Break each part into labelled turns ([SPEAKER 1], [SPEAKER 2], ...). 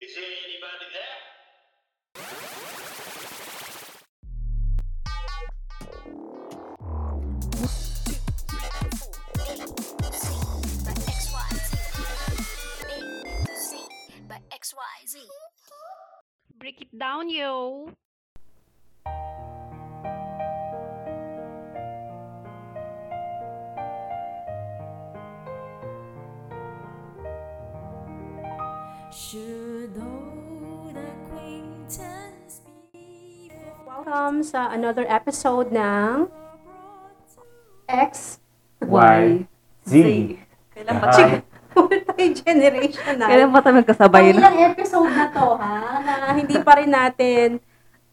[SPEAKER 1] Is there anybody there?
[SPEAKER 2] XYZ.
[SPEAKER 3] Break it down, yo!
[SPEAKER 4] Should old acquaintance be
[SPEAKER 5] Welcome sa another episode ng X,
[SPEAKER 6] Y, Z.
[SPEAKER 4] Kailan pa,
[SPEAKER 6] Ah.
[SPEAKER 4] chick?
[SPEAKER 5] multi-generation
[SPEAKER 4] Kailan
[SPEAKER 5] na.
[SPEAKER 4] pa tayo magkasabay
[SPEAKER 5] Ang
[SPEAKER 4] na?
[SPEAKER 5] ilang episode na to, ha? Na hindi pa rin natin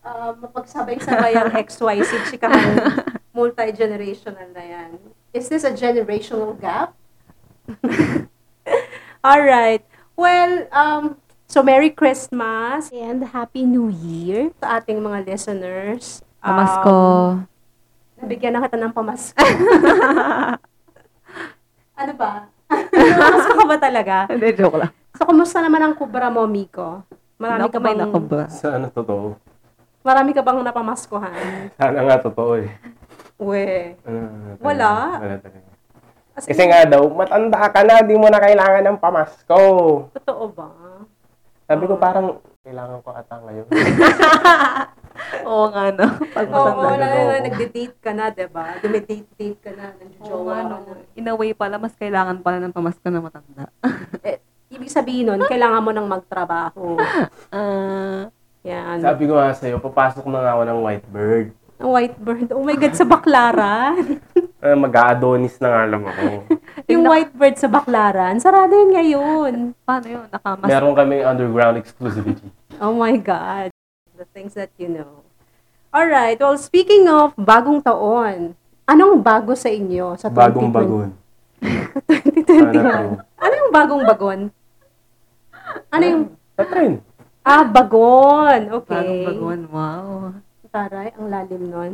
[SPEAKER 5] uh, mapagsabay-sabay ang XYZ, chika multi-generational na yan. Is this a generational gap? Alright. Well, um, so Merry Christmas and Happy New Year sa ating mga listeners. Um,
[SPEAKER 4] Pamasko.
[SPEAKER 5] Nabigyan na kita ng pamasko. ano ba? pamasko ka ba talaga?
[SPEAKER 4] Hindi, joke lang.
[SPEAKER 5] So, kumusta naman ang kubra mo, Miko? Marami
[SPEAKER 4] Naku,
[SPEAKER 5] ka
[SPEAKER 4] may
[SPEAKER 5] bang,
[SPEAKER 4] naku ba?
[SPEAKER 6] Sa ano totoo?
[SPEAKER 5] marami ka bang napamaskuhan?
[SPEAKER 6] Sana nga totoo eh.
[SPEAKER 5] We.
[SPEAKER 6] Ano, ano, talaga?
[SPEAKER 5] Wala.
[SPEAKER 6] Wala talaga.
[SPEAKER 5] As
[SPEAKER 6] Kasi
[SPEAKER 5] in,
[SPEAKER 6] nga daw, matanda ka na, di mo na kailangan ng pamasko.
[SPEAKER 5] Totoo ba?
[SPEAKER 6] Sabi ko parang, kailangan ko ata ngayon.
[SPEAKER 4] Oo nga, no? Pag
[SPEAKER 5] Oo, oh,
[SPEAKER 6] Matanda
[SPEAKER 5] na,
[SPEAKER 6] na
[SPEAKER 5] na,
[SPEAKER 6] daw ako.
[SPEAKER 5] nagde-date ka na, diba? Dumidate-date ka na,
[SPEAKER 4] Oo
[SPEAKER 5] nagjojowa
[SPEAKER 4] nga,
[SPEAKER 5] ka
[SPEAKER 4] no?
[SPEAKER 5] na.
[SPEAKER 4] In a way pala, mas kailangan pala ng pamasko na matanda.
[SPEAKER 5] Eh, Ibig sabihin nun, kailangan mo nang magtrabaho.
[SPEAKER 4] Ah,
[SPEAKER 5] Yan.
[SPEAKER 6] Sabi ko nga sa'yo, papasok na nga ako ng whitebird.
[SPEAKER 5] Ang white bird. Oh my God, sa Baklaran.
[SPEAKER 6] Uh, Mag-a-adonis na nga lang ako.
[SPEAKER 5] yung white bird sa Baklaran, sarado yun ngayon.
[SPEAKER 4] paano yun? Nakamas...
[SPEAKER 6] Meron kaming underground exclusivity.
[SPEAKER 5] Oh my God. The things that you know. All right. Well, speaking of bagong taon, anong bago sa inyo sa 2020?
[SPEAKER 6] Bagong bagon. Sana trend.
[SPEAKER 5] Ano yung bagong bagon? Ano yung...
[SPEAKER 6] Sa trend.
[SPEAKER 5] Ah, bagon. Okay.
[SPEAKER 4] Bagong baguan, wow.
[SPEAKER 5] Taray, ang lalim nun.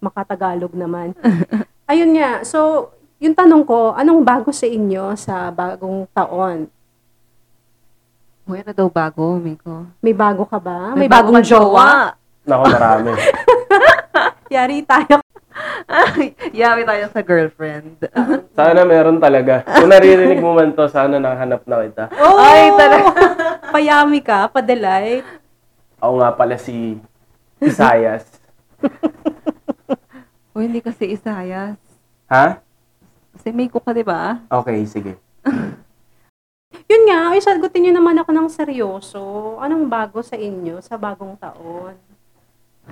[SPEAKER 5] Makatagalog naman. Ayun nga. So, yung tanong ko, anong bago sa inyo sa bagong taon?
[SPEAKER 4] Uy, ano daw bago, Miko?
[SPEAKER 5] May bago ka ba? Ah, May, bagong
[SPEAKER 4] ka
[SPEAKER 5] jowa?
[SPEAKER 6] Nako, marami.
[SPEAKER 5] Yari tayo.
[SPEAKER 4] Ay, Yawi tayo sa girlfriend. Ah,
[SPEAKER 6] Sana meron talaga. Kung naririnig mo man to, sana nakahanap na kita.
[SPEAKER 5] Oh!
[SPEAKER 4] Ay, talaga.
[SPEAKER 5] Payami ka, padalay.
[SPEAKER 6] Ako nga pala si Isayas.
[SPEAKER 4] Uy, hindi kasi isayas.
[SPEAKER 6] ha?
[SPEAKER 4] Kasi Miko ka, di ba?
[SPEAKER 6] Okay, sige.
[SPEAKER 5] Yun nga, ay sagutin niyo naman ako ng seryoso. Anong bago sa inyo sa bagong taon?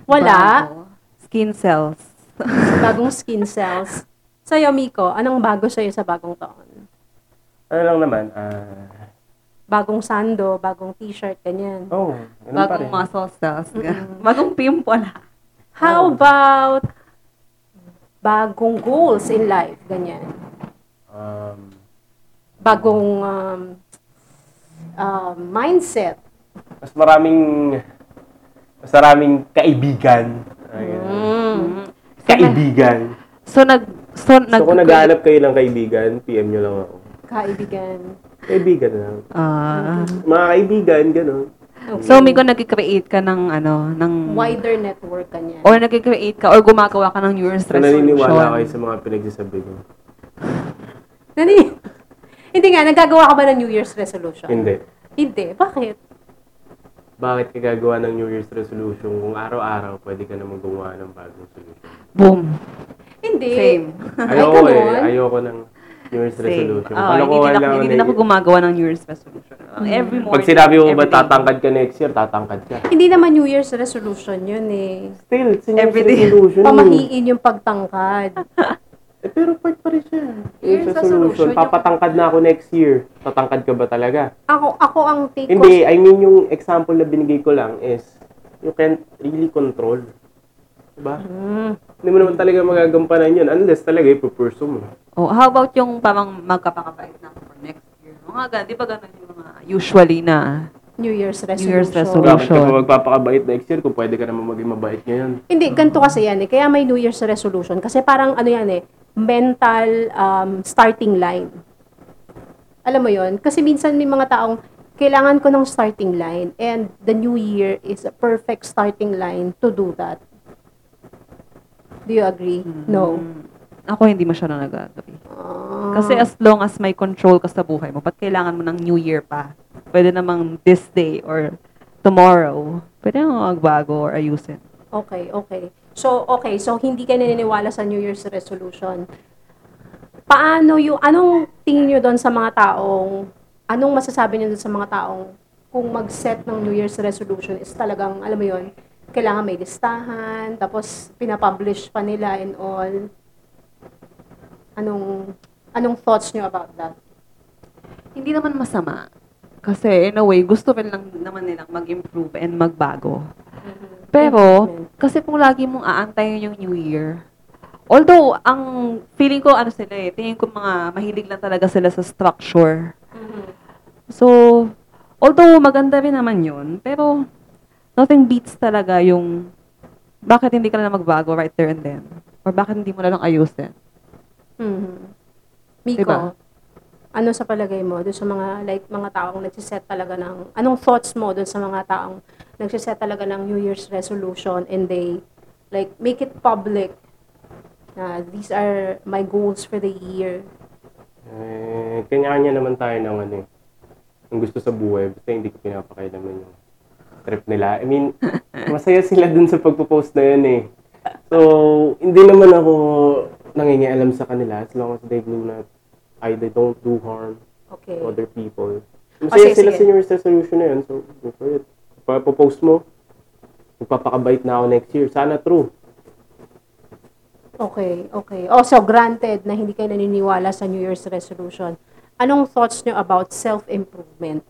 [SPEAKER 5] Wala.
[SPEAKER 4] Bago. Skin cells.
[SPEAKER 5] Bagong skin cells. Sa'yo, Miko, anong bago sa'yo sa bagong taon?
[SPEAKER 6] Ano lang naman, ah...
[SPEAKER 5] Bagong sando, bagong t-shirt, ganyan.
[SPEAKER 6] oh, ganun pa
[SPEAKER 4] Bagong
[SPEAKER 6] rin.
[SPEAKER 4] muscle cells. Bagong pimple.
[SPEAKER 5] How about bagong goals in life, ganyan?
[SPEAKER 6] Um,
[SPEAKER 5] Bagong um, um, mindset.
[SPEAKER 6] mas maraming... Mas maraming kaibigan. Ayan.
[SPEAKER 5] Mm.
[SPEAKER 6] Kaibigan.
[SPEAKER 4] So, Hmm. nag... So, nag...
[SPEAKER 6] so, kung naghahanap kayo ng kaibigan, PM nyo lang ako.
[SPEAKER 5] Kaibigan.
[SPEAKER 6] Kaibigan lang.
[SPEAKER 4] Ah.
[SPEAKER 6] Mga kaibigan, gano'n.
[SPEAKER 4] so, Miko, nag-create ka ng ano, ng...
[SPEAKER 5] Wider network, ganyan.
[SPEAKER 4] Or nag-create ka, or gumagawa ka ng New Year's
[SPEAKER 6] So, naniniwala kayo
[SPEAKER 4] resolution.
[SPEAKER 6] sa mga pinagsasabi ko.
[SPEAKER 5] Nani? Hindi nga, nagagawa ka ba ng New Year's resolution?
[SPEAKER 6] Hindi.
[SPEAKER 5] Hindi. Bakit?
[SPEAKER 6] Bakit ka gagawa ng New Year's resolution kung araw-araw pwede ka namang gumawa ng bagong solution?
[SPEAKER 4] Boom.
[SPEAKER 5] Hindi.
[SPEAKER 4] Same.
[SPEAKER 5] Ay,
[SPEAKER 6] Ayoko eh.
[SPEAKER 5] ganun?
[SPEAKER 6] Ayoko ng New Year's
[SPEAKER 4] Same.
[SPEAKER 6] resolution.
[SPEAKER 4] Ah, hindi
[SPEAKER 6] Kalokohan
[SPEAKER 4] din ako,
[SPEAKER 6] lang
[SPEAKER 4] hindi
[SPEAKER 6] na
[SPEAKER 4] din ako
[SPEAKER 6] yun.
[SPEAKER 4] gumagawa ng New Year's resolution. Parang Every morning.
[SPEAKER 6] Pag sinabi mo ba
[SPEAKER 4] every day.
[SPEAKER 6] tatangkad ka next year, tatangkad ka.
[SPEAKER 5] Hindi naman New Year's resolution yun eh.
[SPEAKER 6] Still, it's a New Year's
[SPEAKER 4] Everyday.
[SPEAKER 6] resolution.
[SPEAKER 5] Pamahiin yung pagtangkad.
[SPEAKER 6] Eh, pero part pa rin siya.
[SPEAKER 5] Year's
[SPEAKER 6] Year's
[SPEAKER 5] resolution,
[SPEAKER 6] resolution.
[SPEAKER 5] yung-
[SPEAKER 6] Papatangkad na ako next year. Tatangkad ka ba talaga?
[SPEAKER 5] Ako, ako ang take ko.
[SPEAKER 6] Hindi, I mean yung example na binigay ko lang is you can't really control. Diba?
[SPEAKER 5] Mm.
[SPEAKER 6] Hindi mo naman talaga magagampanan yun unless talaga ipupursue mo.
[SPEAKER 4] Oh, how about yung pamang magkapakabait na ako for next year? Mga ganun, di ba ganun yung mga usually na?
[SPEAKER 5] New Year's resolution.
[SPEAKER 4] Year's resolution.
[SPEAKER 6] Bakit ka pa magpapakabait next year kung pwede ka naman maging mabait ngayon?
[SPEAKER 5] Hindi, ganito kasi yan eh. Kaya may New Year's resolution. Kasi parang ano yan eh, mental um, starting line. Alam mo yon Kasi minsan may mga taong, kailangan ko ng starting line and the new year is a perfect starting line to do that. Do you agree? No.
[SPEAKER 4] Mm. Ako hindi masyado nag-agree.
[SPEAKER 5] Ah.
[SPEAKER 4] Kasi as long as may control ka sa buhay mo, ba't kailangan mo ng new year pa? Pwede namang this day or tomorrow. Pwede mo magbago or ayusin.
[SPEAKER 5] Okay, okay. So, okay. So, hindi ka naniniwala sa New Year's resolution. Paano yung, anong tingin nyo doon sa mga taong, anong masasabi nyo doon sa mga taong kung mag-set ng New Year's resolution is talagang, alam mo yon kailangan may listahan, tapos pinapublish pa nila and all. Anong, anong thoughts nyo about that?
[SPEAKER 4] Hindi naman masama. Kasi in a way, gusto rin lang naman nilang mag-improve and magbago.
[SPEAKER 6] Mm-hmm.
[SPEAKER 4] Pero,
[SPEAKER 5] Improvement.
[SPEAKER 4] kasi kung lagi mong aantayin yung New Year, although, ang feeling ko, ano sila eh, tingin ko mga mahilig lang talaga sila sa structure. So, although maganda rin naman yun, pero nothing beats talaga yung bakit hindi ka na lang magbago right there and then? Or bakit hindi mo na lang ayusin?
[SPEAKER 5] Mhm. Miko,
[SPEAKER 4] Diba?
[SPEAKER 5] ano sa palagay mo doon sa mga like mga taong nagsiset talaga ng anong thoughts mo doon sa mga taong nagsiset talaga ng New Year's resolution and they like make it public na these are my goals for the year.
[SPEAKER 6] Eh, kanya-kanya naman tayo ng ano eh. Ang gusto sa buhay, basta hindi ko pinapakailaman yung trip nila. I mean, masaya sila dun sa pagpo-post na yun eh. So, hindi naman ako nangingialam sa kanila as long as they do not, ay, they don't do harm
[SPEAKER 5] Okay.
[SPEAKER 6] to other people. Masaya
[SPEAKER 5] Oh, sige,
[SPEAKER 6] sila
[SPEAKER 5] sige.
[SPEAKER 6] sa New Year's resolution na yun, so go for it. Pagpo-post mo, magpapakabait na ako next year. Sana true.
[SPEAKER 5] Okay, okay. Oh, so granted na hindi kayo naniniwala sa New Year's resolution. Anong thoughts nyo about self-improvement?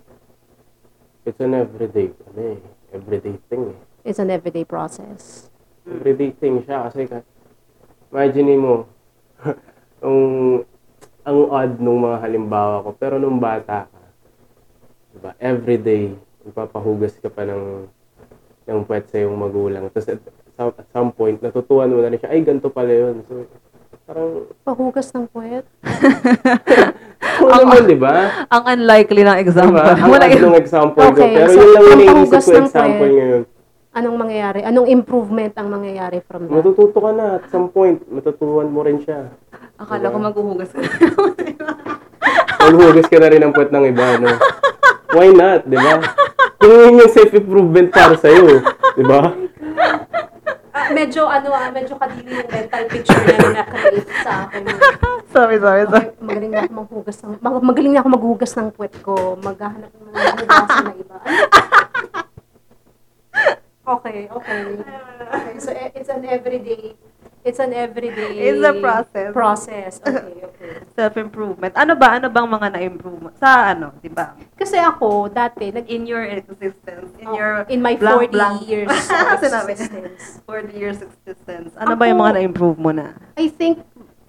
[SPEAKER 6] It's an everyday, ano eh, everyday thing eh.
[SPEAKER 5] It's an everyday process.
[SPEAKER 6] everyday thing siya kasi ka, imagine mo ang ang odd nung mga halimbawa ko pero nung bata ka diba everyday ipapahugas ka pa ng ng puwet sa iyong magulang tapos at, some- at some point natutuhan mo na rin siya ay ganito pala yun so parang
[SPEAKER 5] Pahugas ng puwet?
[SPEAKER 6] cool naman diba
[SPEAKER 4] Ang unlikely ng example.
[SPEAKER 6] diba ang
[SPEAKER 4] Wala
[SPEAKER 6] odd
[SPEAKER 4] yun.
[SPEAKER 6] nung example ko
[SPEAKER 5] Okay,
[SPEAKER 6] pero
[SPEAKER 5] so,
[SPEAKER 6] yun lang yung
[SPEAKER 5] ang
[SPEAKER 6] iniisip
[SPEAKER 5] pahugas
[SPEAKER 6] ko
[SPEAKER 5] ng
[SPEAKER 6] example
[SPEAKER 5] puwet. Diba?
[SPEAKER 6] ngayon
[SPEAKER 5] Anong mangyayari? Anong improvement ang mangyayari from that?
[SPEAKER 6] matututo ka na at some point matutuhan mo rin siya
[SPEAKER 4] Akala
[SPEAKER 6] Diba?
[SPEAKER 4] ko maghuhugas ka. eh.
[SPEAKER 6] Maghugas ka na rin ng puwet ng iba, no? Why not, di ba? Kung yun yung self-improvement para sa'yo, di ba?
[SPEAKER 5] Ah, medyo ano ah, medyo kadiri yung mental picture na na-create sa akin.
[SPEAKER 4] sorry, sorry, sorry.
[SPEAKER 5] Okay, magaling na ako maghugas ng mag- magaling na ako maghugas ng puwet ko. Maghahanap ng mga hugasan na iba. Ano? Okay, okay. okay. So e- it's an everyday it's an everyday
[SPEAKER 4] It's a process.
[SPEAKER 5] Process. Okay, okay.
[SPEAKER 4] Self-improvement. Ano ba? Ano bang mga na-improve? mo? Sa ano, di ba?
[SPEAKER 5] Kasi ako dati nag
[SPEAKER 4] In your existence.
[SPEAKER 5] oh,
[SPEAKER 4] In your
[SPEAKER 5] in my
[SPEAKER 4] blank,
[SPEAKER 5] 40
[SPEAKER 4] blank.
[SPEAKER 5] years of
[SPEAKER 4] Sinabi.
[SPEAKER 5] existence.
[SPEAKER 4] 40 years existence. Ano ba yung
[SPEAKER 5] Ako-
[SPEAKER 4] mga na-improve mo na?
[SPEAKER 5] I think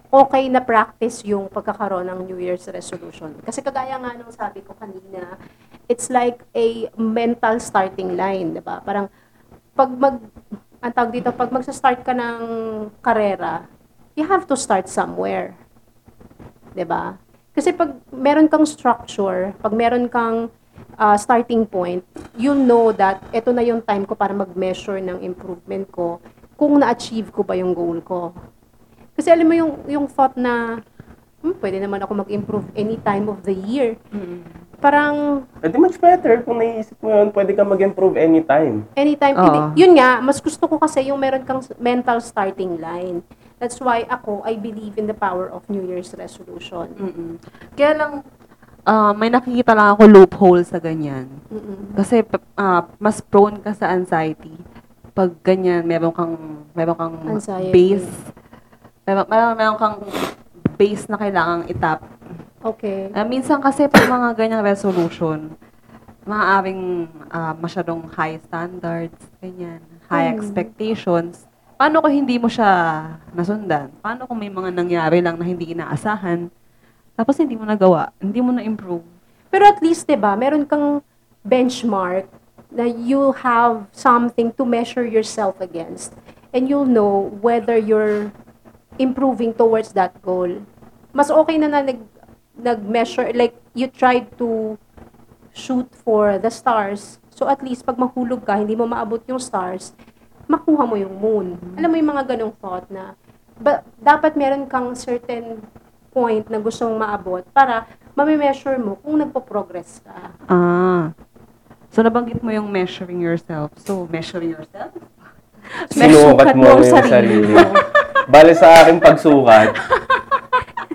[SPEAKER 5] okay na practice yung pagkakaroon ng New Year's resolution. Kasi kagaya nga nung sabi ko kanina, it's like a mental starting line, di ba? Parang pag mag ang tawag dito, pag magsa-start ka ng karera, you have to start somewhere. 'Di ba? Kasi pag meron kang structure, pag meron kang ah, starting point, you know that ito na yung time ko para mag-measure ng improvement ko kung na-achieve ko ba yung goal ko. Kasi alam mo yung, yung thought na, hmm, pwede naman ako mag-improve any time of the year. Parang,
[SPEAKER 6] Hindi much better kung naiisip mo yun, pwede ka mag-improve anytime.
[SPEAKER 5] anytime.
[SPEAKER 4] Oo.
[SPEAKER 5] Hindi- yun nga, mas gusto ko kasi yung meron kang s- mental starting line. That's why ako, I believe in the power of New Year's resolution.
[SPEAKER 4] mm Kaya lang, ah, may nakikita lang ako loophole sa ganyan.
[SPEAKER 5] Mm-mm.
[SPEAKER 4] Kasi p- ah, mas prone ka sa anxiety. Pag ganyan, meron kang, meron kang
[SPEAKER 5] Anxiety.
[SPEAKER 4] base. Meron, meron, meron kang base na kailangang itap.
[SPEAKER 5] Okay.
[SPEAKER 4] Ah, minsan kasi pag mga ganyang resolution, maaaring ah, masyadong high standards, ganyan, high
[SPEAKER 5] Mm.
[SPEAKER 6] Hmm.
[SPEAKER 4] expectations. Paano kung hindi mo siya nasundan? Paano kung may mga nangyari lang na hindi inaasahan? Tapos hindi mo nagawa, hindi mo na-improve.
[SPEAKER 5] Pero at least, 'di ba, meron kang benchmark na you have something to measure yourself against and you'll know whether you're improving towards that goal. Mas okay na na nag nag-measure like you tried to shoot for the stars. So at least pag mahulog ka, hindi mo maabot yung stars, makuha mo yung moon. Alam mo yung mga ganong thought na ba, dapat meron kang certain point na gusto mong maabot para mamimeasure mo kung nagpo-progress ka.
[SPEAKER 4] Ah. So, nabanggit mo yung measuring yourself. So, measure yourself?
[SPEAKER 6] Sinukat mo yung sarili mo. Bale sa akin pagsukat,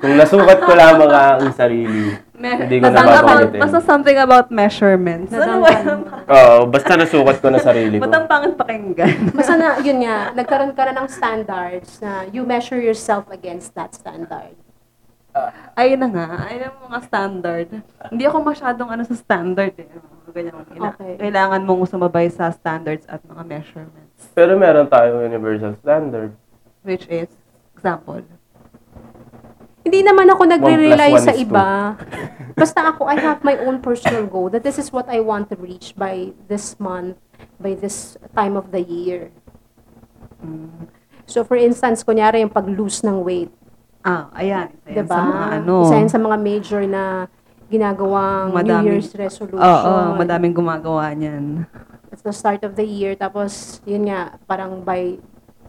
[SPEAKER 6] kung nasukat ko lamang ang sarili,
[SPEAKER 4] Me-
[SPEAKER 6] Hindi ko
[SPEAKER 4] Basta-
[SPEAKER 6] nababanggitin.
[SPEAKER 4] Basta something about measurements. Ano ba
[SPEAKER 5] Nadangkan mo.
[SPEAKER 6] oo, basta nasukat ko na sarili ko.
[SPEAKER 4] Matampangin pakinggan.
[SPEAKER 5] Basta na, yun nga, nagkaroon ka na ng standards na you measure yourself against that standard.
[SPEAKER 4] Ayun na nga. Ayun ang mga standard. Hindi ako masyadong ano sa standard eh. Mga Ganyan, kailangan,
[SPEAKER 5] Okay.
[SPEAKER 4] kailangan mong sumabay sa standards at mga measurements.
[SPEAKER 6] Pero meron tayong universal standard.
[SPEAKER 4] Which is, example,
[SPEAKER 5] Hindi naman ako nagre-rely
[SPEAKER 6] One plus one
[SPEAKER 5] sa
[SPEAKER 6] is two.
[SPEAKER 5] iba. Basta ako, I have my own personal goal that this is what I want to reach by this month, by this time of the year.
[SPEAKER 4] mm,
[SPEAKER 5] So for instance, kunyari yung pag-lose ng weight,
[SPEAKER 4] ah, ayan. Isa yan
[SPEAKER 5] 'di ba?
[SPEAKER 4] sa mga ano.
[SPEAKER 5] Diba? Isa yan sa mga major na ginagawang
[SPEAKER 4] Madaming-
[SPEAKER 5] New Year's resolution.
[SPEAKER 4] Oo, madaming gumagawa niyan.
[SPEAKER 5] It's the start of the year. Tapos, yun nga, parang by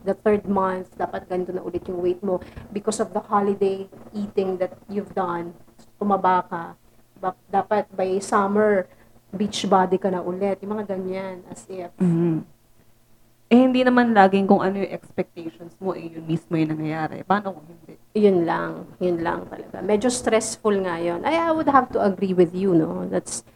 [SPEAKER 5] the third month, dapat ganito na ulit yung weight mo because of the holiday eating that you've done. Tumaba ka. Ba- dapat by summer, beach body ka na ulit. Yung mga ganyan. As if.
[SPEAKER 4] Mhm. Eh, hindi naman laging kung ano yung expectations mo, eh, yun mismo yung nangyayari. Paano kung hindi?
[SPEAKER 5] Yun lang. Yun lang talaga. Medyo stressful nga yun. I, I would have to agree with you, no? That's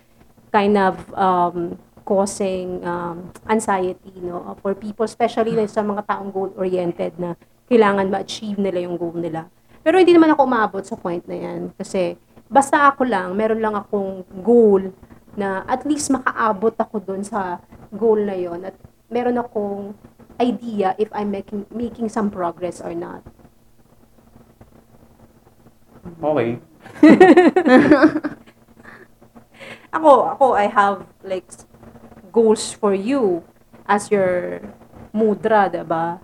[SPEAKER 5] kind of um, causing um, anxiety, no? For people, especially na sa mga taong goal-oriented na kailangan ma-achieve nila yung goal nila. Pero hindi naman ako umabot sa point na yan. Kasi basta ako lang, meron lang akong goal na at least makaabot ako doon sa goal na yon at meron akong idea if I'm making, making some progress or not.
[SPEAKER 6] Okay.
[SPEAKER 5] Ako, ako, I have like s- goals for you as your mudra, diba?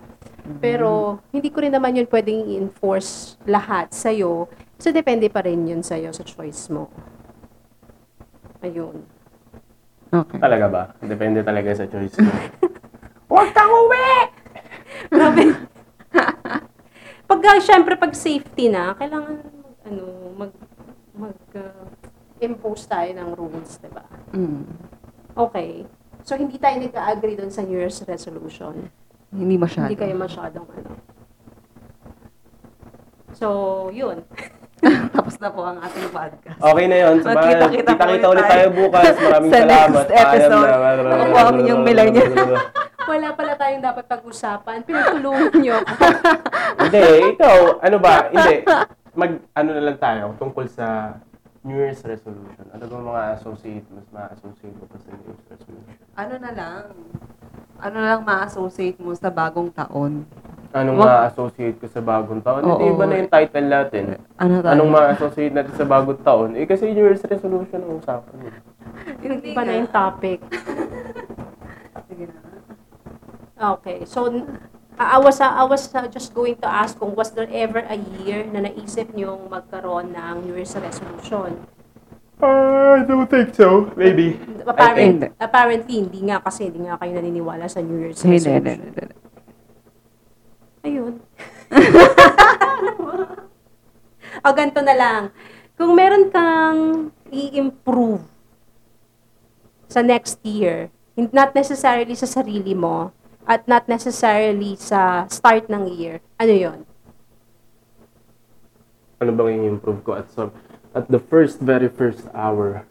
[SPEAKER 5] Pero, hindi ko rin naman yun pwedeng i-enforce lahat sa'yo. So, depende pa rin yun sa'yo, sa choice mo. Ayun.
[SPEAKER 4] Okay.
[SPEAKER 6] Talaga ba? Depende talaga sa choice mo.
[SPEAKER 5] Huwag kang uwi! Grabe. pag, uh, syempre, pag safety na, kailangan, mag- ano, mag, mag, uh, impose tayo ng rules, diba?
[SPEAKER 4] Mm.
[SPEAKER 5] Okay. So, hindi tayo nag-agree doon sa New Year's resolution.
[SPEAKER 4] Hindi masyado.
[SPEAKER 5] Hindi kayo masyadong ano. So, yun.
[SPEAKER 4] Tapos na po ang ating podcast.
[SPEAKER 6] Okay na yun. Sa bahay.
[SPEAKER 4] Magkita-kita
[SPEAKER 6] Kita-kita
[SPEAKER 4] ulit
[SPEAKER 6] ulit tayo bukas. Maraming
[SPEAKER 4] Sa next
[SPEAKER 6] salamat.
[SPEAKER 4] episode.
[SPEAKER 6] Paalam na.
[SPEAKER 4] Nakukuha ko yung milay niya.
[SPEAKER 5] Wala pala tayong dapat pag-usapan. Pinagtulungan niyo ako.
[SPEAKER 6] Hindi, ikaw, ano ba? Hindi. Mag, ano na lang tayo tungkol sa New Year's resolution. Ano ba mga associate, mas ma-associate mo pa sa New Year's resolution?
[SPEAKER 4] Ano na lang? Ano na lang ma-associate mo sa bagong taon?
[SPEAKER 6] Anong
[SPEAKER 4] Wag-
[SPEAKER 6] ma-associate ko sa bagong taon? Hindi,
[SPEAKER 4] Oo.
[SPEAKER 6] iba na yung title natin.
[SPEAKER 4] Ano tayo?
[SPEAKER 6] Anong ma-associate natin sa bagong taon? Eh, kasi New Year's resolution ang usapan. eh.
[SPEAKER 4] Hindi
[SPEAKER 5] Iba na yung topic.
[SPEAKER 4] Sige na.
[SPEAKER 5] Okay. So, n- I I was, I was uh, just going to ask kung was there ever a year na naisip niyong magkaroon ng New Year's resolution?
[SPEAKER 6] I don't think so. Maybe.
[SPEAKER 4] think-
[SPEAKER 5] Apparently, apparently hindi nga kasi hindi nga kayo naniniwala sa New Year's
[SPEAKER 4] Hindi, hindi,
[SPEAKER 5] resolution.
[SPEAKER 4] hindi.
[SPEAKER 5] Ayun. o, ganito na lang. Kung meron kang i-improve sa next year, hin- not necessarily sa sarili mo, at not necessarily sa start ng year, ano yon?
[SPEAKER 6] Ano bang i-improve ko at some at the first very first hour?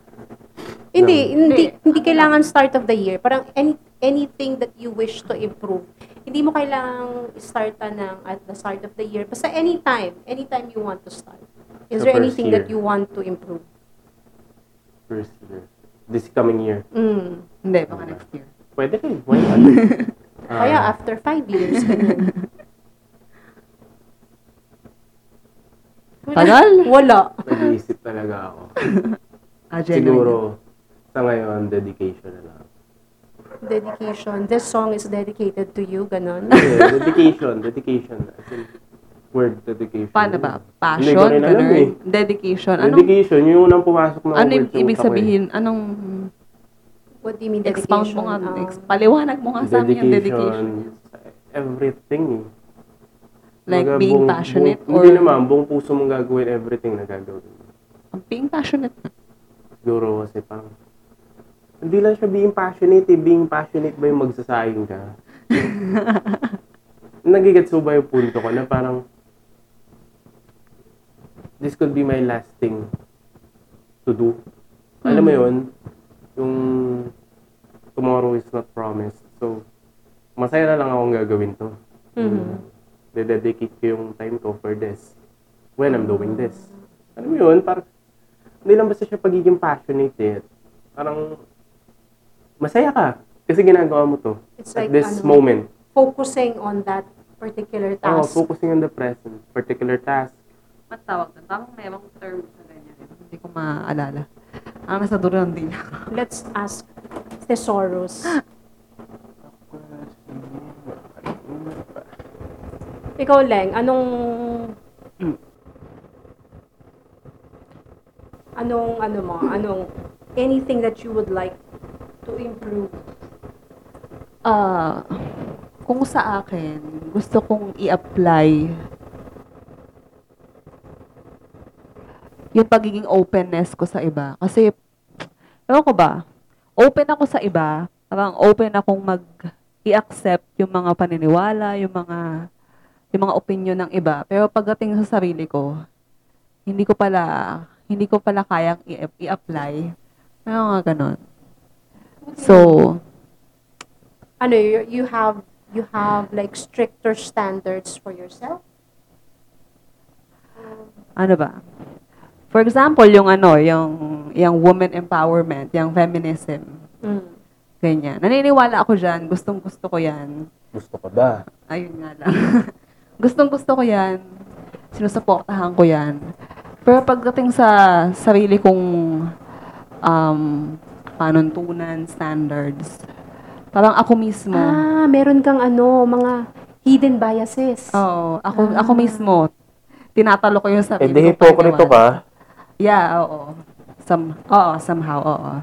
[SPEAKER 5] Hindi, hindi,
[SPEAKER 4] Hindi.
[SPEAKER 5] hindi kailangan start of the year. Parang any, anything that you wish to improve. Hindi mo kailangang starta ng at the start of the year. Basta anytime, anytime you want to start. Is
[SPEAKER 6] Sa
[SPEAKER 5] there
[SPEAKER 6] first
[SPEAKER 5] anything that
[SPEAKER 6] year.
[SPEAKER 5] you want to improve?
[SPEAKER 6] First year. This coming year.
[SPEAKER 5] Mm.
[SPEAKER 4] Hindi, baka next year.
[SPEAKER 6] Pwede rin. Why not? Ah,
[SPEAKER 5] Kaya after five years, ganyan. Wala.
[SPEAKER 4] Tagal?
[SPEAKER 5] Wala.
[SPEAKER 6] Nag-iisip talaga ako.
[SPEAKER 4] Ah, genuine.
[SPEAKER 6] Siguro, sa ngayon, dedication na lang.
[SPEAKER 5] Dedication. This song is dedicated to you, ganon.
[SPEAKER 6] Hindi, dedication, dedication. As in, word dedication.
[SPEAKER 4] Paano ba? Passion?
[SPEAKER 6] Hindi ko rin alam
[SPEAKER 4] ganun?
[SPEAKER 6] eh.
[SPEAKER 4] Dedication. Anong,
[SPEAKER 6] Dedication, yun yung unang pumasok na
[SPEAKER 4] ano
[SPEAKER 6] word sa utak ko
[SPEAKER 4] ibig
[SPEAKER 6] eh.
[SPEAKER 4] sabihin? Anong
[SPEAKER 5] What do you mean
[SPEAKER 4] expound
[SPEAKER 5] dedication?
[SPEAKER 4] mo nga?
[SPEAKER 5] Um,
[SPEAKER 4] ex- paliwanag mo nga sa amin yung dedication.
[SPEAKER 6] Everything eh.
[SPEAKER 4] Like
[SPEAKER 6] Kumbaga,
[SPEAKER 4] being
[SPEAKER 6] buong-
[SPEAKER 4] passionate
[SPEAKER 6] buong-
[SPEAKER 4] or
[SPEAKER 6] Hindi naman, buong puso mong gagawin everything na gagawin.
[SPEAKER 4] being passionate.
[SPEAKER 6] Siguro kasi parang, hindi lang siya being passionate eh. Being passionate ba yung magsasayang ka? Nagigets mo ba yung punto ko na parang, this could be my last thing to do. Alam mo yun, yung tomorrow is not promised. So, masaya na lang akong gagawin to.
[SPEAKER 5] Mhm.
[SPEAKER 6] Dededicate ko yung time ko for this. When I'm doing this. Alam mo yun, parang, hindi lang basta siya pagiging passionate eh. Parang, masaya ka. Kasi ginagawa mo to.
[SPEAKER 5] It's
[SPEAKER 6] at
[SPEAKER 5] like,
[SPEAKER 6] this
[SPEAKER 5] ano,
[SPEAKER 6] moment.
[SPEAKER 5] focusing on that particular
[SPEAKER 6] Oh,
[SPEAKER 5] task.
[SPEAKER 6] focusing on the present. Particular task.
[SPEAKER 4] Ba't tawag na? Tamang may mga term sa ganyan. Hindi ko maalala. Ang nasa dulo ng dila.
[SPEAKER 5] Let's ask Thesaurus. Ikaw, Leng, anong... Anong, ano mo, anong... Anything that you would like to improve?
[SPEAKER 4] Ah, kung sa akin, gusto kong i-apply yung pagiging openness ko sa iba. Kasi, ewan ko ba, open ako sa iba, parang open akong mag i-accept yung mga paniniwala, yung mga yung mga opinion ng iba. Pero pagdating sa sarili ko, hindi ko pala hindi ko pala kayang i- i-apply. Ano nga ganun. So,
[SPEAKER 5] Ano, you, you have you have like stricter standards for yourself?
[SPEAKER 4] ano ba? For example, yung ano, yung, yung women empowerment, yung feminism,
[SPEAKER 5] Mm.
[SPEAKER 4] ganyan. Naniniwala ako dyan, gustong gusto ko yan.
[SPEAKER 6] Gusto ka ba?
[SPEAKER 4] Ayun nga lang. gustong gusto ko yan, sinusuportahan ko yan. Pero pagdating sa sarili kong um, panuntunan, standards, parang ako mismo,
[SPEAKER 5] Ah, meron kang ano, mga hidden biases.
[SPEAKER 4] oo, ako, ako mismo, tinatalo ko yung sarili ko.
[SPEAKER 6] Eh, ka.
[SPEAKER 4] Yeah, oo. Some, oo, somehow, oo.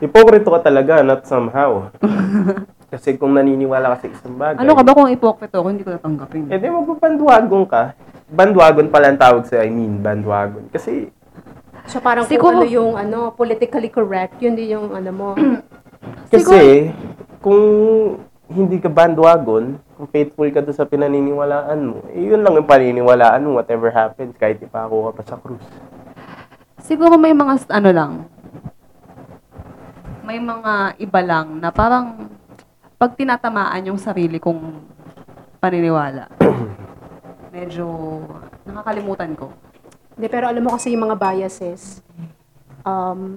[SPEAKER 6] Hipokrito ka talaga, not somehow. Kasi kung naniniwala ka sa isang bagay,
[SPEAKER 4] Ano ka ba kung ipokrito ako, hindi ko tatanggapin.
[SPEAKER 6] Eh di magpapandwagon ka. Bandwagon pala ang tawag sa, I mean, bandwagon. Kasi,
[SPEAKER 5] So parang kung
[SPEAKER 4] Siguro-
[SPEAKER 5] ano yung ano, politically correct, yun din yung ano mo.
[SPEAKER 6] kasi, kung hindi ka bandwagon, kung faithful ka doon sa pinaniniwalaan mo, eh, yun lang yung paniniwalaan mo, whatever happens, kahit ipako ka pa sa krus.
[SPEAKER 4] Siguro may mga, s- ano lang, may mga iba lang na parang pag tinatamaan yung sarili kong paniniwala, medyo nakakalimutan ko.
[SPEAKER 5] Hindi, pero alam mo kasi yung mga biases, um,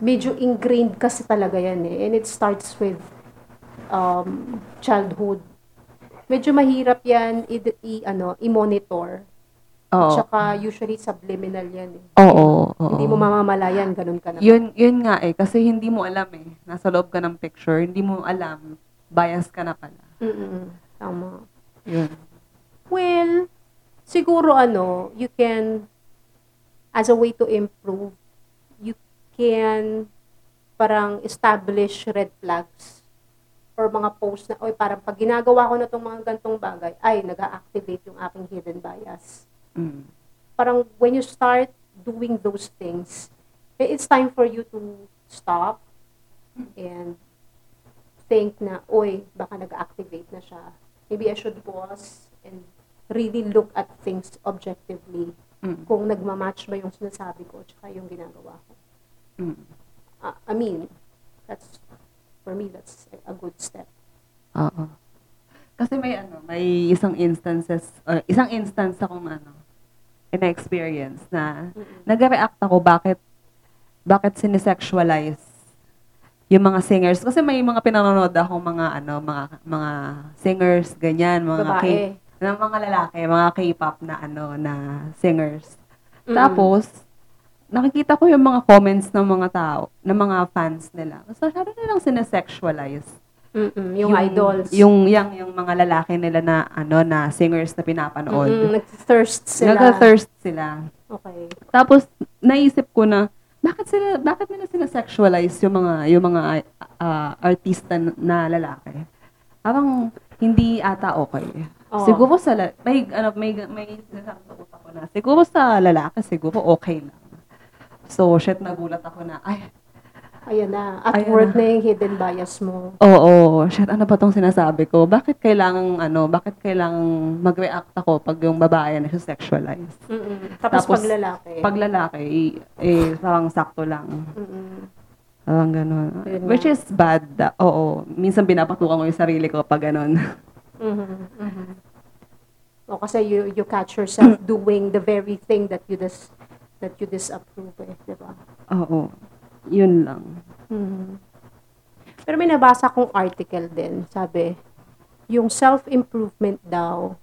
[SPEAKER 5] medyo ingrained kasi talaga yan eh. And it starts with um, childhood. Medyo mahirap yan i, i- ano, i-monitor.
[SPEAKER 4] Oo.
[SPEAKER 5] Tsaka usually subliminal yan eh.
[SPEAKER 4] Oo, oo.
[SPEAKER 5] Hindi mo mamamalayan, ganun ka na.
[SPEAKER 4] Yun, yun nga eh, kasi hindi mo alam eh. Nasa loob ka ng picture, hindi mo alam. Bias ka na pala.
[SPEAKER 5] Mm-mm. Tama.
[SPEAKER 4] Yun.
[SPEAKER 5] Well, siguro ano, you can, as a way to improve, you can parang establish red flags or mga posts na, oy parang pag ginagawa ko na tong mga gantong bagay, ay, nag-activate yung aking hidden bias.
[SPEAKER 4] Mm.
[SPEAKER 5] Parang when you start doing those things, eh, it's time for you to stop and think na, oy, baka nag-activate na siya. Maybe I should pause and really look at things objectively
[SPEAKER 4] Mm.
[SPEAKER 5] kung nagmamatch ba yung sinasabi ko tsaka yung ginagawa ko.
[SPEAKER 4] Mm.
[SPEAKER 5] Ah, I mean, that's, for me, that's a good step.
[SPEAKER 4] Oo. Kasi may ano, may isang instances, or isang instance akong ano, ina-experience na nag-react ako bakit, bakit sinisexualize yung mga singers. Kasi may mga pinanonood akong mga ano, mga, mga singers, ganyan, mga
[SPEAKER 5] Babae.
[SPEAKER 4] K- ng mga lalaki, mga K-pop na ano, na singers.
[SPEAKER 5] Mm.
[SPEAKER 4] Tapos, nakikita ko yung mga comments ng mga tao, ng mga fans nila. So, sabi nilang sinesexualize.
[SPEAKER 5] Mm-mm, yung, idols.
[SPEAKER 4] Yung, yung, yung mga lalaki nila na, ano, na singers na pinapanood.
[SPEAKER 5] Mm-mm, nag-thirst sila.
[SPEAKER 4] Nag-thirst sila.
[SPEAKER 5] Okay.
[SPEAKER 4] Tapos naisip ko na bakit sila bakit nila sila sexualize yung mga yung mga ah, artista n- na lalaki? Parang hindi ata okay.
[SPEAKER 5] Oo.
[SPEAKER 4] Siguro sa la- may ano may may sinasabi ko ako na siguro sa lalaki siguro okay lang. So shit nagulat ako na ay
[SPEAKER 5] Ayan na. At
[SPEAKER 4] Ayan
[SPEAKER 5] work
[SPEAKER 4] na.
[SPEAKER 5] na. yung hidden bias mo.
[SPEAKER 4] oo shit ano ba tong sinasabi ko? Bakit kailangang ano bakit kailangang mag-react ako pag yung babae na sexualize?
[SPEAKER 5] Mm-mm. Tapos,
[SPEAKER 4] Tapos,
[SPEAKER 5] paglalaki.
[SPEAKER 4] Pag lalaki eh, eh parang sakto lang.
[SPEAKER 5] Mm-mm.
[SPEAKER 4] Parang ganun.
[SPEAKER 5] Yun
[SPEAKER 4] Which
[SPEAKER 5] nga.
[SPEAKER 4] is bad. da- Oo. Minsan pinapatukan ko yung sarili ko pag ganun.
[SPEAKER 5] Mhm, mhm. O kasi you you catch yourself doing the very thing that you dis that you disapprove eh, di ba?
[SPEAKER 4] Oo. Yun lang. Mm-hmm.
[SPEAKER 5] Mhm. Pero may nabasa kong article din, sabi, yung self-improvement daw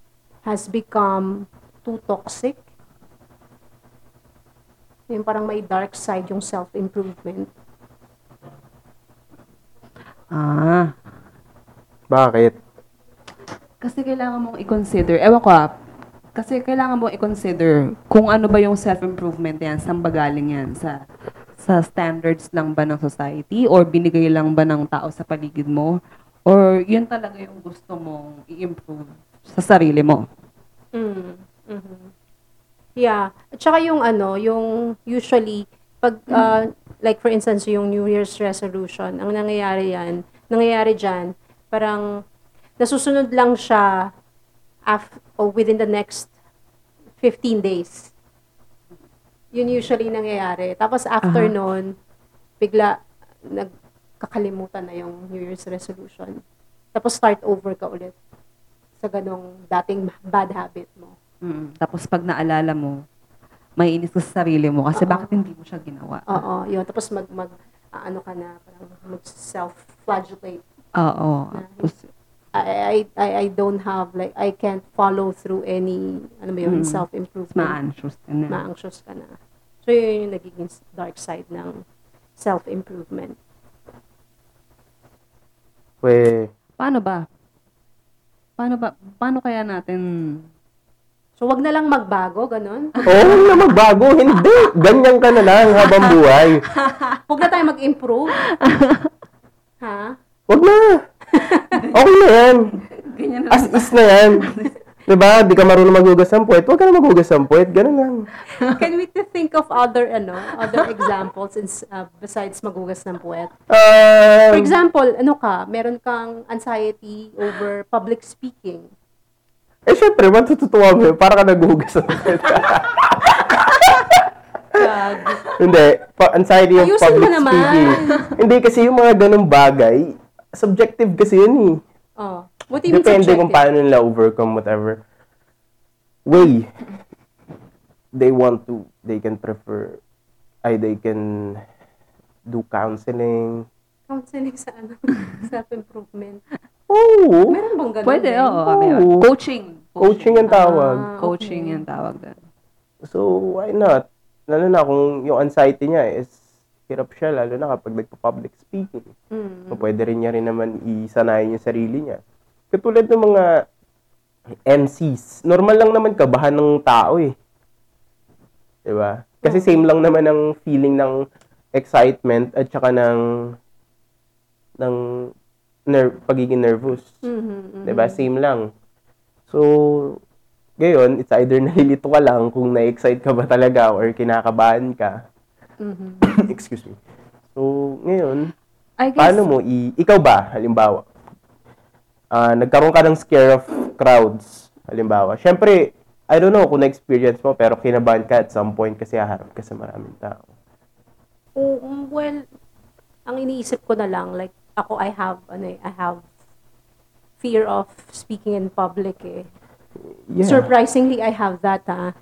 [SPEAKER 5] has become too toxic. Yung parang may dark side yung self-improvement.
[SPEAKER 4] Ah.
[SPEAKER 6] Bakit?
[SPEAKER 4] Kasi kailangan mong i-consider. Ewan ko ah. Kasi kailangan mong i-consider kung ano ba yung self-improvement yan, saan ba galing yan, sa sa standards lang ba ng society or binigay lang ba ng tao sa paligid mo or yun talaga yung gusto mong i-improve sa sarili mo.
[SPEAKER 5] Mm. mhm. Yeah. At saka yung ano, yung usually, pag, uh, like for instance, yung New Year's resolution, ang nangyayari yan, nangyayari dyan, parang nasusunod lang siya af- or within the next 15 days. Yun usually nangyayari. Tapos after
[SPEAKER 4] Aha.
[SPEAKER 5] noon, bigla, nagkakalimutan na yung New Year's resolution. Tapos start over ka ulit sa ganong dating bad habit mo.
[SPEAKER 4] Mm. Tapos pag naalala mo, may inis ka sa sarili mo kasi
[SPEAKER 5] Oo.
[SPEAKER 4] bakit hindi mo siya ginawa?
[SPEAKER 5] Oo, yun. Tapos mag, mag, ah, ano ka na, parang mag-self-flagellate.
[SPEAKER 4] Oo.
[SPEAKER 5] Na-
[SPEAKER 4] Tapos,
[SPEAKER 5] I, I, I, I don't have, like, I can't follow through any, ano ba yun,
[SPEAKER 4] Mm.
[SPEAKER 5] self-improvement.
[SPEAKER 4] ma-anxious ka na.
[SPEAKER 5] Ma-anxious ka na. So, yun yung nagiging s- dark side ng self-improvement.
[SPEAKER 6] We,
[SPEAKER 4] Paano ba? Paano ba? Paano kaya natin...
[SPEAKER 5] So, wag na lang magbago, ganun.
[SPEAKER 6] oo oh, na magbago, hindi. Ganyan ka na lang habang buhay.
[SPEAKER 5] Huwag na tayo mag-improve. ha?
[SPEAKER 6] Wag na. Okay na yan.
[SPEAKER 4] Ganyan
[SPEAKER 6] As is na yan. Diba? Di ka marunong maghugas ng puwet. Huwag ka na maghugas ng puwet. Ganun lang.
[SPEAKER 5] Can we t- think of other, ano, other examples in, ah, besides maghugas ng puwet?
[SPEAKER 6] Um,
[SPEAKER 5] For example, ano ka, meron kang anxiety over public speaking.
[SPEAKER 6] eh, syempre, matututuwa mo yun. Para ka naghugas ng puwet.
[SPEAKER 5] Gag.
[SPEAKER 6] hindi. Pa- anxiety of
[SPEAKER 5] Ayusin
[SPEAKER 6] public
[SPEAKER 5] mo naman.
[SPEAKER 6] speaking. hindi kasi yung mga ganung bagay, subjective kasi yun eh.
[SPEAKER 5] Oh. What do you mean
[SPEAKER 6] Depende kung
[SPEAKER 5] subjective?
[SPEAKER 6] paano nila overcome whatever way they want to. They can prefer, ay, they can do counseling.
[SPEAKER 5] Counseling sa ano? Self-improvement.
[SPEAKER 6] Oo!
[SPEAKER 5] Meron bang ganun? eh.
[SPEAKER 4] Pwede,
[SPEAKER 5] din?
[SPEAKER 4] oo. kami yun.
[SPEAKER 6] Oo.
[SPEAKER 4] Coaching.
[SPEAKER 6] Coaching ang tawag.
[SPEAKER 5] Ah, okay.
[SPEAKER 4] Coaching yung tawag doon.
[SPEAKER 6] So, why not? Lalo na kung yung anxiety niya is hirap siya, lalo na kapag nagpa-public speaking.
[SPEAKER 5] Mm.
[SPEAKER 6] So, pwede rin niya rin naman isanayin yung sarili niya. Katulad ng mga MCs, normal lang naman kabahan ng tao eh. 'Di ba? Kasi same lang naman ang feeling ng excitement at saka ng ng ner- pagiging nervous.
[SPEAKER 5] Mhm, mhm.
[SPEAKER 6] 'Di ba? Same lang. So, ngayon, it's either nalilito ka lang kung na-excite ka ba talaga or kinakabahan ka.
[SPEAKER 5] Mhm.
[SPEAKER 6] Excuse me. So, ngayon,
[SPEAKER 4] I guess,
[SPEAKER 6] paano mo i ikaw ba halimbawa ah, nagkaroon ka ng scare of crowds halimbawa syempre I don't know kung na-experience mo pero kinabahan ka at some point kasi haharap ka sa maraming tao
[SPEAKER 5] Oo, mm, well, ang iniisip ko na lang, like, ako, I have, ano eh, I have fear of speaking in public eh.
[SPEAKER 6] yeah
[SPEAKER 5] Surprisingly, I have that, ha.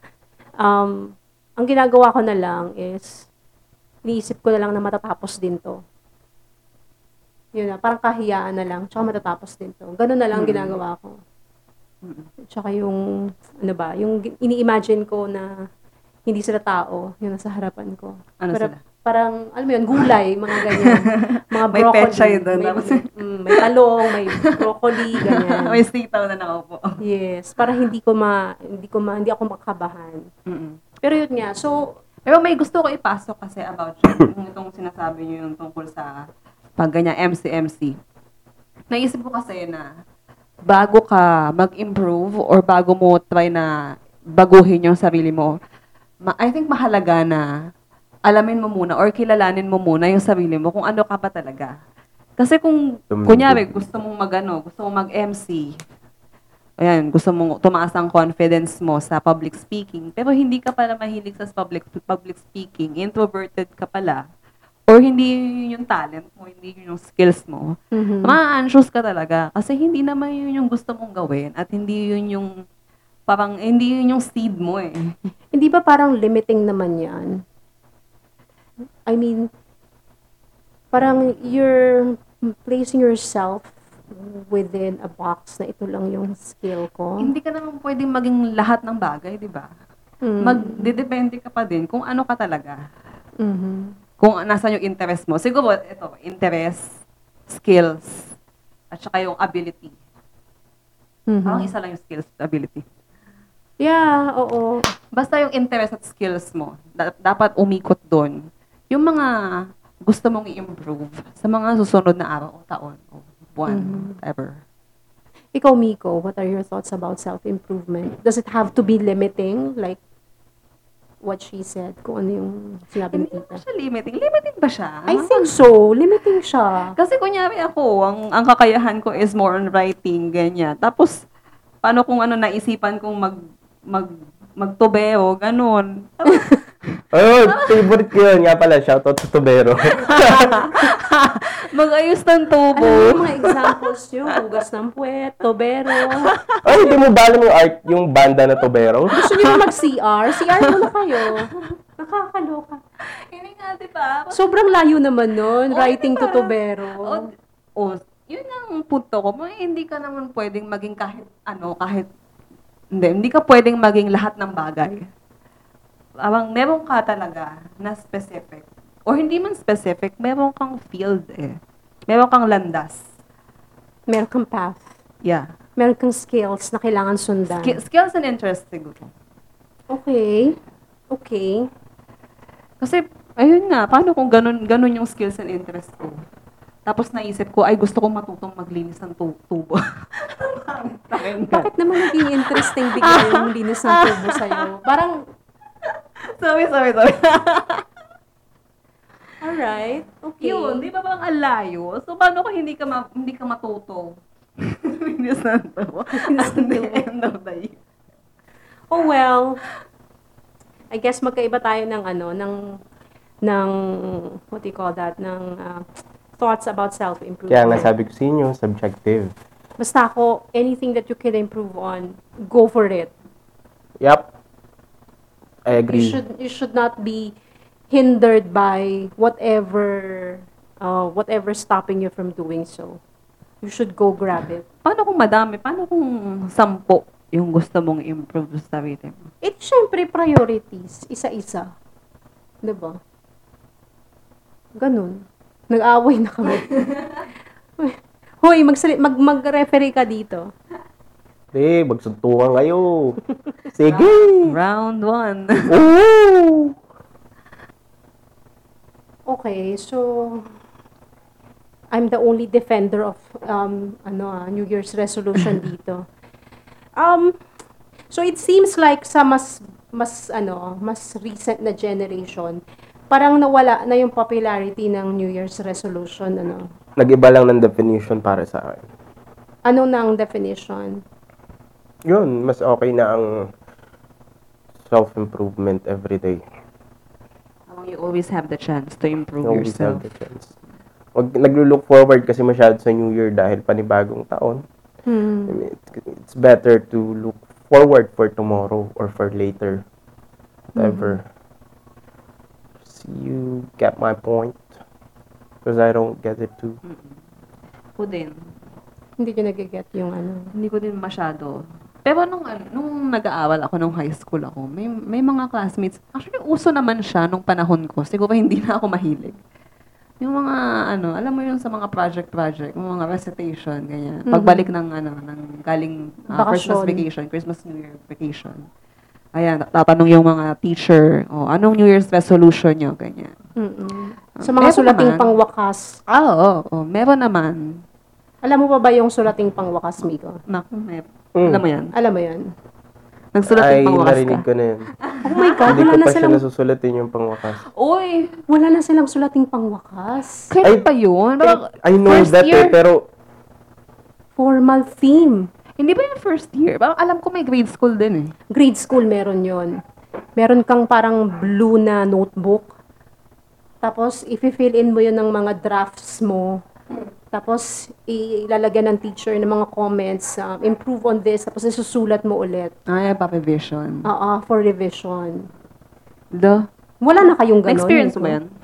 [SPEAKER 5] Um, ang ginagawa ko na lang is, iniisip ko na lang na matatapos din to. Yun na, parang kahiyaan na lang, tsaka matatapos din to. Ganun na lang ginagawa ko. Tsaka yung, ano ba, yung gi- ini-imagine ko na hindi sila tao, yung nasa harapan ko.
[SPEAKER 4] ano
[SPEAKER 5] Pero
[SPEAKER 4] sila?
[SPEAKER 5] Parang, alam mo yun, gulay, mga ganyan. Mga
[SPEAKER 4] May
[SPEAKER 5] broccoli.
[SPEAKER 4] pechay doon,
[SPEAKER 5] may-
[SPEAKER 4] tapos-
[SPEAKER 5] mm, may talong, may broccoli, ganyan.
[SPEAKER 4] May sitaw na nakaupo.
[SPEAKER 5] Yes, para hindi ko ma hindi ko ma hindi ako makabahan.
[SPEAKER 4] Mm-mm.
[SPEAKER 5] Pero yun nga, so
[SPEAKER 4] Pero may gusto ko ipasok kasi about siya. yung itong sinasabi niyo yung tungkol sa pag ganyan, MC-MC. Naisip ko kasi na bago ka mag-improve or bago mo try na baguhin yung sarili mo, ma- I think mahalaga na alamin mo muna or kilalanin mo muna yung sarili mo kung ano ka ba talaga. Kasi kung,
[SPEAKER 1] Tum-
[SPEAKER 4] kunyari, gusto mong magano, gusto mong mag-MC, ayan, gusto mong tumaas ang confidence mo sa public speaking, pero hindi ka pala mahilig sa public, public speaking, introverted ka pala, or hindi yun yung talent mo, hindi yun yung skills mo,
[SPEAKER 5] Mm-hmm.
[SPEAKER 4] ma-anxious ka talaga. Kasi hindi naman yun yung gusto mong gawin at hindi yun yung parang hindi yun yung seed mo eh.
[SPEAKER 5] hindi ba parang limiting naman 'yan? I mean, parang you're placing yourself within a box na ito lang yung skill ko.
[SPEAKER 4] Hindi ka naman pwedeng maging lahat ng bagay, di ba?
[SPEAKER 5] Mm.
[SPEAKER 4] Magdedepende ka pa din kung ano ka talaga.
[SPEAKER 5] Mhm.
[SPEAKER 4] Kung nasan yung interest mo. Siguro, ito, interest, skills, at saka yung ability.
[SPEAKER 5] Mhm.
[SPEAKER 4] Parang Oh, isa lang yung skills at ability.
[SPEAKER 5] Yeah, oo.
[SPEAKER 4] Basta yung interest at skills mo, da- dapat umikot doon. Yung mga gusto mong i-improve sa mga susunod na araw o taon o buwan,
[SPEAKER 5] Mhm.
[SPEAKER 4] whatever.
[SPEAKER 5] Ikaw, Miko, what are your thoughts about self-improvement? Does it have to be limiting? Like, what she said, kung ano yung sinabi ni
[SPEAKER 4] Hindi ba
[SPEAKER 5] tita.
[SPEAKER 4] siya limiting? Limiting ba siya?
[SPEAKER 5] I think so. Limiting siya.
[SPEAKER 4] Kasi kunyari ako, ang, ang kakayahan ko is more on writing, ganyan. Tapos, paano kung ano naisipan kong mag, mag, magtubeo, ganun. Tapos,
[SPEAKER 1] Oh, favorite ko yun. Nga pala, shoutout sa Tubero.
[SPEAKER 4] magayos ng
[SPEAKER 5] Ano
[SPEAKER 4] tubo.
[SPEAKER 5] yung mga examples yun? Hugas ng puwet, tobero.
[SPEAKER 1] Ay, Oh, hindi mo bala yung art, yung banda na Tubero?
[SPEAKER 5] Gusto nyo na mag-CR? CR muna kayo. Nakakaloka.
[SPEAKER 4] Hindi nga, di ba?
[SPEAKER 5] Sobrang layo naman nun.
[SPEAKER 4] Oh,
[SPEAKER 5] writing to
[SPEAKER 4] diba?
[SPEAKER 5] tobero.
[SPEAKER 4] O, o, yun ang punto ko. Mga hindi ka naman pwedeng maging kahit ano, kahit hindi, hindi ka pwedeng maging lahat ng bagay. Abang meron ka talaga na specific. Or hindi man specific, meron kang field eh. Meron kang landas.
[SPEAKER 5] Meron kang path.
[SPEAKER 4] Yeah.
[SPEAKER 5] Meron kang skills na kailangan sundan.
[SPEAKER 4] Ski- skills and interests siguro.
[SPEAKER 5] Okay. Okay.
[SPEAKER 4] Kasi, ayun nga, paano kung ganun, ganun yung skills and interests ko? Tapos naisip ko, ay gusto kong matutong maglinis ng tu- tubo. Bakit?
[SPEAKER 5] Bakit naman naging interesting bigla yung linis ng tubo sa'yo? Parang,
[SPEAKER 4] sorry, sorry, sorry.
[SPEAKER 5] alright, okay.
[SPEAKER 4] Yun, di ba bang alayo? So, paano kung hindi ka, ma- hindi ka matuto? Linis ng tubo. Until end of the year.
[SPEAKER 5] Oh well. I guess magkaiba tayo ng ano, ng, ng, what do you call that, ng ah, thoughts about self-improvement.
[SPEAKER 1] Kaya nga sabi ko sa inyo, subjective.
[SPEAKER 5] Basta ako, anything that you can improve on, go for it.
[SPEAKER 1] Yup. I
[SPEAKER 5] You
[SPEAKER 1] agree.
[SPEAKER 5] should, you should not be hindered by whatever, uh, whatever stopping you from doing so. You should go grab it.
[SPEAKER 4] Paano kung madami? Paano kung sampo yung gusto mong improve sa sarili mo?
[SPEAKER 5] It syempre priorities, isa-isa. 'Di ba? Ganun. Nag-away na kami. Hoy, magsali- mag mag-referee ka dito.
[SPEAKER 1] Hindi, magsuntukan kayo. Sige.
[SPEAKER 4] Round one.
[SPEAKER 1] Oo.
[SPEAKER 5] Okay, so I'm the only defender of um ano ah, New Year's resolution dito. Um so it seems like sa mas mas ano, mas recent na generation, parang nawala na yung popularity ng New Year's resolution ano.
[SPEAKER 1] Nag-iba lang ng definition para sa akin.
[SPEAKER 5] Ano na ang definition?
[SPEAKER 1] Yun, mas okay na ang self-improvement every day.
[SPEAKER 4] you always have the chance to improve
[SPEAKER 1] No, we
[SPEAKER 4] yourself.
[SPEAKER 1] have the chance. Wag, naglo-look forward kasi masyado sa New Year dahil panibagong taon. I
[SPEAKER 5] Hmm.
[SPEAKER 1] mean, it- it's better to look forward for tomorrow or for later. Whatever.
[SPEAKER 4] Mm-hmm.
[SPEAKER 1] So you get my point. Because I don't get it too.
[SPEAKER 4] Ako din.
[SPEAKER 5] Hindi ko nagiget yung ano.
[SPEAKER 4] Hindi ko din masyado. Pero nung, ano, nung nag-aaral ako, nung high school ako, may, may mga classmates, actually uso naman siya nung panahon ko. Siguro hindi na ako mahilig. Yung mga ano, alam mo yung sa mga project-project, yung mga recitation, ganyan. Pagbalik ng ano, ng galing ah, Christmas
[SPEAKER 5] Bakasyon.
[SPEAKER 4] vacation, Christmas New Year vacation. Ayan, tatanong yung mga teacher, o anong New Year's resolution nyo, ganyan.
[SPEAKER 5] Mm-mm. Sa mga
[SPEAKER 4] Meron
[SPEAKER 5] sulating
[SPEAKER 4] naman.
[SPEAKER 5] pangwakas.
[SPEAKER 4] Ah, oo, oo. meron naman.
[SPEAKER 5] Alam mo ba ba yung sulating pangwakas, Migo?
[SPEAKER 4] Naku, may,
[SPEAKER 1] Mm.
[SPEAKER 4] alam mo yan.
[SPEAKER 5] Alam mo yun?
[SPEAKER 4] Nagsulat
[SPEAKER 1] Ay,
[SPEAKER 4] yung pangwakas
[SPEAKER 1] narinig
[SPEAKER 4] ka. Ah,
[SPEAKER 1] ko na yun.
[SPEAKER 5] Oh my God,
[SPEAKER 1] Hindi
[SPEAKER 5] wala
[SPEAKER 1] ko pa
[SPEAKER 5] na
[SPEAKER 1] siya
[SPEAKER 5] silang,
[SPEAKER 1] nasusulatin yung pangwakas.
[SPEAKER 4] Uy,
[SPEAKER 5] wala na silang sulating pangwakas.
[SPEAKER 4] kailan
[SPEAKER 1] Ay,
[SPEAKER 4] pa yun? Parang,
[SPEAKER 1] I know
[SPEAKER 4] first
[SPEAKER 1] that eh,
[SPEAKER 4] year?
[SPEAKER 1] pero
[SPEAKER 5] Formal theme.
[SPEAKER 4] hindi ba yung first year? Parang alam ko may grade school din eh.
[SPEAKER 5] Grade school meron yon. Meron kang parang blue na notebook. Tapos, ifi-fill in mo yun ng mga drafts mo. Tapos, ilalagyan ng teacher ng mga comments. um, improve on this. Tapos, isusulat mo ulit.
[SPEAKER 4] Ay, Papi Vision.
[SPEAKER 5] Oo, for revision.
[SPEAKER 4] Do.
[SPEAKER 5] Wala na kayong ganun.
[SPEAKER 4] Na-experience
[SPEAKER 5] Nico?
[SPEAKER 4] mo ba yan?
[SPEAKER 5] ano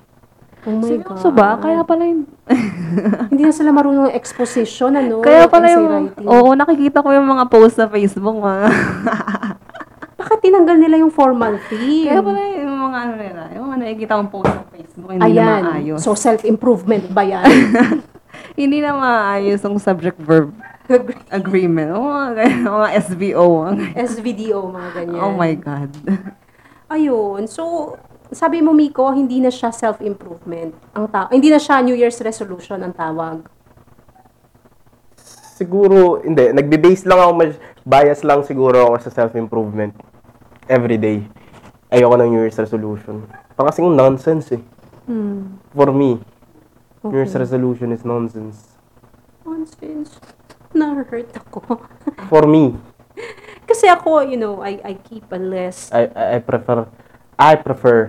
[SPEAKER 5] Oh my Oh,
[SPEAKER 4] Seryoso ba? Kaya pala yung...
[SPEAKER 5] Hindi na sila marunong exposition, ano?
[SPEAKER 4] Kaya pala
[SPEAKER 5] essay
[SPEAKER 4] yung...
[SPEAKER 5] writing.
[SPEAKER 4] Oo, nakikita ko yung mga post sa Facebook, mga...
[SPEAKER 5] Bakit tinanggal nila yung formal theme?
[SPEAKER 4] Kaya pala yung mga ano nila, yung mga nakikita kong post sa Facebook, hindi na
[SPEAKER 5] Ayan.
[SPEAKER 4] maayos.
[SPEAKER 5] So, self-improvement ba yan?
[SPEAKER 4] hindi na maayos yung subject-verb agreement. Oo, mga, ganyan, mga SVO. mga ganyan.
[SPEAKER 5] SVDO, mga ganyan.
[SPEAKER 4] Oh my God.
[SPEAKER 5] Ayun. So, sabi mo, Miko, hindi na siya self-improvement. ang ta- Hindi na siya New Year's resolution ang tawag.
[SPEAKER 1] siguro, hindi, nagbe-base lang ako, mas, bias lang siguro ako sa self-improvement. Every day. Ayoko ng New Year's resolution. Parang kasing nonsense eh.
[SPEAKER 4] Hmm.
[SPEAKER 1] For me, New Year's resolution is nonsense.
[SPEAKER 5] Nonsense. Na-hurt ako.
[SPEAKER 1] For me,
[SPEAKER 5] Kasi ako, you know, I, I keep a list.
[SPEAKER 1] I, I, I prefer, I prefer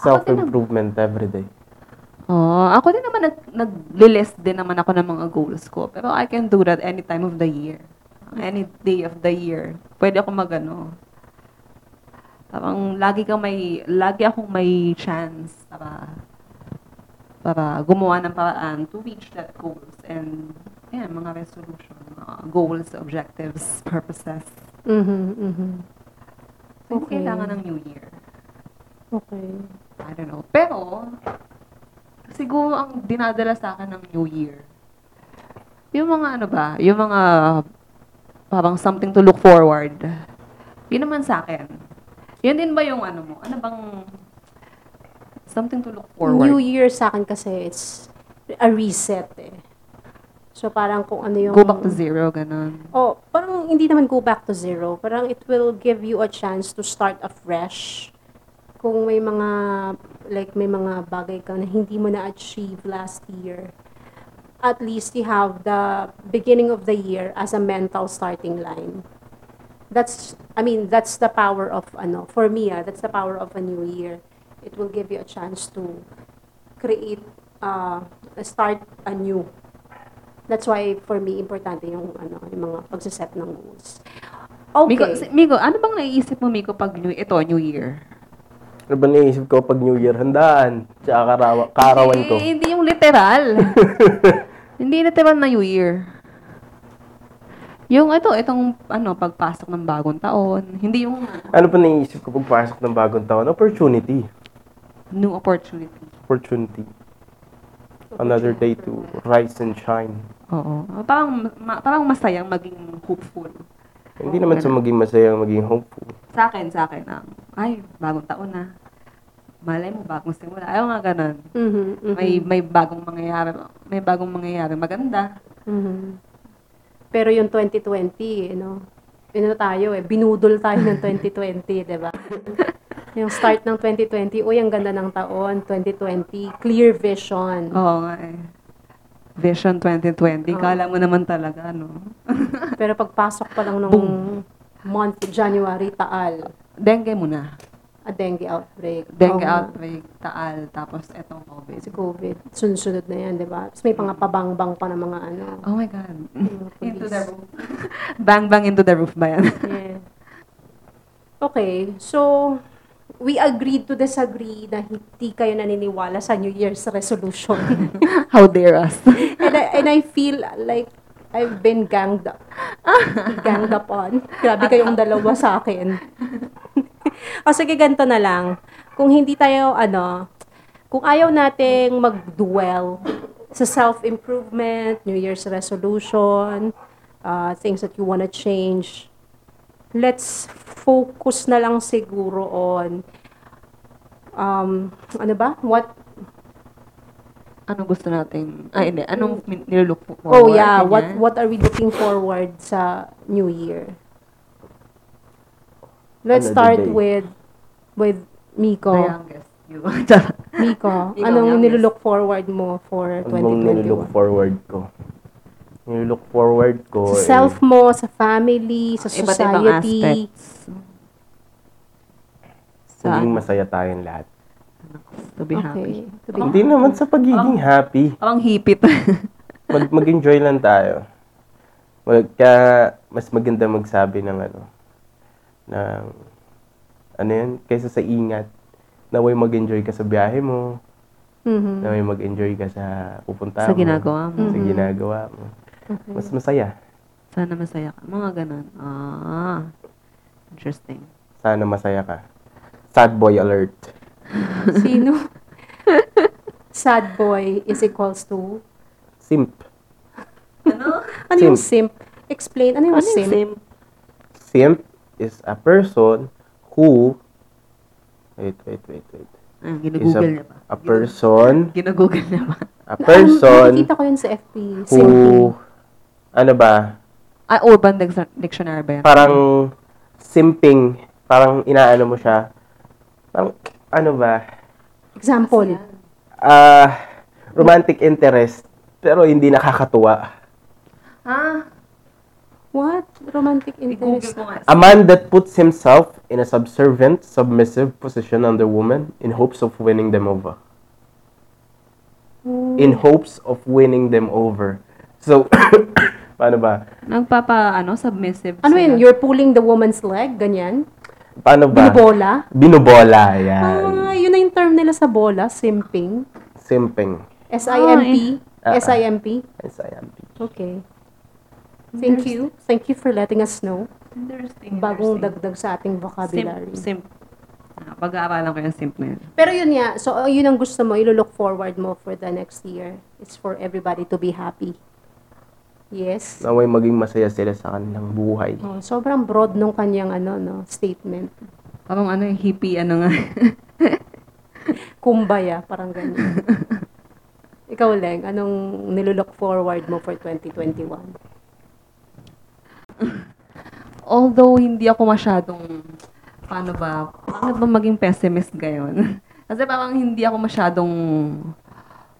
[SPEAKER 1] self-improvement every day.
[SPEAKER 4] Oh, ako din naman nag, nag-list din naman ako ng mga goals ko. Pero I can do that any time of the year. Any day of the year. Pwede ako magano. Parang lagi kang may lagi akong may chance para para gumawa ng paraan to reach that goals and yan, mga resolution, mga goals, objectives, purposes.
[SPEAKER 5] Mm-hmm, mm-hmm.
[SPEAKER 4] So, hindi
[SPEAKER 5] Okay.
[SPEAKER 4] kailangan ng new year.
[SPEAKER 5] Okay.
[SPEAKER 4] I don't know. Pero, siguro ang dinadala sa akin ng New Year, yung mga ano ba, yung mga parang something to look forward. Yun naman sa akin. Yun din ba yung ano mo? Ano bang something to look forward?
[SPEAKER 5] New Year sa akin kasi it's a reset eh. So parang kung ano yung...
[SPEAKER 4] Go back to zero, ganun.
[SPEAKER 5] Oh, parang hindi naman go back to zero. Parang it will give you a chance to start afresh. Kung may mga, like may mga bagay ka na hindi mo na-achieve last year, at least you have the beginning of the year as a mental starting line. That's, I mean, that's the power of, ano, for me, ah, that's the power of a new year. It will give you a chance to create, uh, start anew. That's why for me importante yung ano, yung mga pagse-set ng goals. Okay.
[SPEAKER 4] Miko, si- Miko, ano bang naiisip mo, Miko, pag new, ito, New Year?
[SPEAKER 1] Ano ba naisip ko pag New Year? Handaan. Tsaka karawa, kaarawan ko.
[SPEAKER 4] Eh, hindi yung literal. hindi literal na New Year. Yung ito, itong ano, pagpasok ng bagong taon. Hindi yung
[SPEAKER 1] ano pa naisip ko pagpasok ng bagong taon? Opportunity.
[SPEAKER 4] new opportunity.
[SPEAKER 1] Opportunity. Another day to rise and shine.
[SPEAKER 4] Oo. Parang, ma- parang masayang maging hopeful.
[SPEAKER 1] Hindi
[SPEAKER 4] Oh,
[SPEAKER 1] naman sa maging masaya, maging hopeful.
[SPEAKER 4] Sa akin, sa akin. Ang, ay, bagong taon na. Malay mo, bagong simula. Ayaw nga ganun.
[SPEAKER 5] Mhm, mhm,
[SPEAKER 4] May, may bagong mangyayari. May bagong mangyayari. Maganda.
[SPEAKER 5] mhm. Pero yung 2020, ano, ano tayo eh, binudol tayo ng 2020, 'di ba? yung start ng 2020, uy, ang ganda ng taon, 2020, clear vision.
[SPEAKER 4] Oo nga eh. Vision 2020. Kala mo naman talaga, no?
[SPEAKER 5] Pero pagpasok pa lang ng month January, taal,
[SPEAKER 4] Dengue muna.
[SPEAKER 5] a dengue outbreak.
[SPEAKER 4] Dengue
[SPEAKER 5] Oo.
[SPEAKER 4] outbreak, taal, tapos etong COVID.
[SPEAKER 5] Si COVID, sunod-sunod na yan, di ba? Tapos may pangapabangbang pa ng mga ano.
[SPEAKER 4] Oh my God.
[SPEAKER 5] Police.
[SPEAKER 4] into the roof. bang bang into the roof ba yan?
[SPEAKER 5] Yeah. Okay, so we agreed to disagree na hindi kayo naniniwala sa New Year's resolution.
[SPEAKER 4] How dare us.
[SPEAKER 5] and, I, and I feel like I've been ganged up. ganged up on. Grabe kayong dalawa sa akin. o sige, ganito na lang. Kung hindi tayo, ano, Kung ayaw nating mag-dwell sa self-improvement, New Year's resolution, uh, things that you wanna change, let's focus na lang siguro on um, ano ba? What
[SPEAKER 4] Anong gusto natin? Ay, hindi. Anong min- nilolook po?
[SPEAKER 5] Oh
[SPEAKER 4] forward,
[SPEAKER 5] yeah, what
[SPEAKER 6] eh?
[SPEAKER 4] ganyan?
[SPEAKER 5] what are we looking forward sa new year? Let's
[SPEAKER 6] Another
[SPEAKER 5] start
[SPEAKER 6] day.
[SPEAKER 5] with with Miko.
[SPEAKER 4] The youngest you. Charot.
[SPEAKER 5] Miko,
[SPEAKER 4] Ikaw,
[SPEAKER 5] anong
[SPEAKER 4] youngest.
[SPEAKER 5] nilook forward mo for
[SPEAKER 6] Ano bang nilook
[SPEAKER 5] 2021?
[SPEAKER 6] forward ko? Nilook forward ko
[SPEAKER 5] Sa
[SPEAKER 6] eh,
[SPEAKER 5] self mo, sa family, sa
[SPEAKER 4] Iba't ibang
[SPEAKER 5] society.
[SPEAKER 4] aspects. Sa, ano,
[SPEAKER 6] Maging masaya tayong lahat.
[SPEAKER 4] to be happy.
[SPEAKER 5] Okay. To be-
[SPEAKER 6] Hindi naman sa pagiging
[SPEAKER 4] Ah.
[SPEAKER 6] happy.
[SPEAKER 4] Ang hipit.
[SPEAKER 6] Mag, mag-enjoy lang tayo. Mag, kaya mas maganda magsabi ng ano, ng, ano yun, kaysa sa ingat. Naway mag-enjoy ka sa biyahe mo,
[SPEAKER 5] Mhm.
[SPEAKER 6] naway mag-enjoy ka sa pupunta
[SPEAKER 4] Mm. sa
[SPEAKER 6] mo.
[SPEAKER 4] ginagawa mo.
[SPEAKER 5] Mm.
[SPEAKER 6] Sa ginagawa mo. Mas masaya.
[SPEAKER 4] Sana masaya ka. Mga ganun. Ah. Interesting.
[SPEAKER 6] Sana masaya ka. Sad boy alert.
[SPEAKER 5] Sino? Sad boy is equals to?
[SPEAKER 6] Simp.
[SPEAKER 5] Ano yung simp? Explain. Ano yung
[SPEAKER 4] Ano yung
[SPEAKER 5] simp?
[SPEAKER 4] same?
[SPEAKER 6] Simp is a person who wait wait wait wait
[SPEAKER 4] Ah,
[SPEAKER 6] is
[SPEAKER 4] ginagoogle
[SPEAKER 6] a,
[SPEAKER 4] niya ba?
[SPEAKER 6] a person
[SPEAKER 4] Ginagoogle niya ba?
[SPEAKER 6] a
[SPEAKER 5] Nakikita
[SPEAKER 6] person
[SPEAKER 5] ko yun sa FB.
[SPEAKER 6] who ano ba
[SPEAKER 4] Ah, Urban Dic- Dictionary ba yan?
[SPEAKER 6] parang simping parang inaano mo siya parang ano ba
[SPEAKER 5] Example.
[SPEAKER 6] ah romantic interest pero hindi nakakatuwa
[SPEAKER 4] Ah,
[SPEAKER 5] What? Romantic
[SPEAKER 4] google
[SPEAKER 5] interest.
[SPEAKER 4] ko nga.
[SPEAKER 6] a man that puts himself in a subservient submissive position under woman in hopes of winning them over in hopes of winning them over. So, paano ba?
[SPEAKER 4] Nagpapa, ano, submissive.
[SPEAKER 5] Ano
[SPEAKER 4] sila.
[SPEAKER 5] yun? You're pulling the woman's leg? Ganyan?
[SPEAKER 6] Paano ba?
[SPEAKER 5] Binubola?
[SPEAKER 6] Binubola, yan.
[SPEAKER 5] Ah, yun na yung term nila sa bola. Simping.
[SPEAKER 6] Simping.
[SPEAKER 5] S-I-M-P.
[SPEAKER 6] Ah, eh.
[SPEAKER 5] S-I-M-P.
[SPEAKER 6] Yes, I am.
[SPEAKER 5] Okay. Thank you. Thank you for letting us know.
[SPEAKER 4] Interesting.
[SPEAKER 5] Bagong
[SPEAKER 4] interesting.
[SPEAKER 5] dagdag sa ating vocabulary.
[SPEAKER 4] Simp. simp. Ah, Pag-aaralan ko yung simp na yun.
[SPEAKER 5] Pero yun nga, so uh, yun ang gusto mo, ilo-look forward mo for the next year. It's for everybody to be happy. Yes.
[SPEAKER 6] Naway maging masaya sila sa kanilang buhay.
[SPEAKER 5] Oh, sobrang broad nung kanyang ano, no, statement.
[SPEAKER 4] Parang ano yung hippie, ano nga.
[SPEAKER 5] Kumbaya, parang ganyan. Ikaw, Leng, anong nilulook forward mo for 2021?
[SPEAKER 4] Although, hindi ako masyadong, paano ba, paano ba maging pessimist gayon? Kasi parang hindi ako masyadong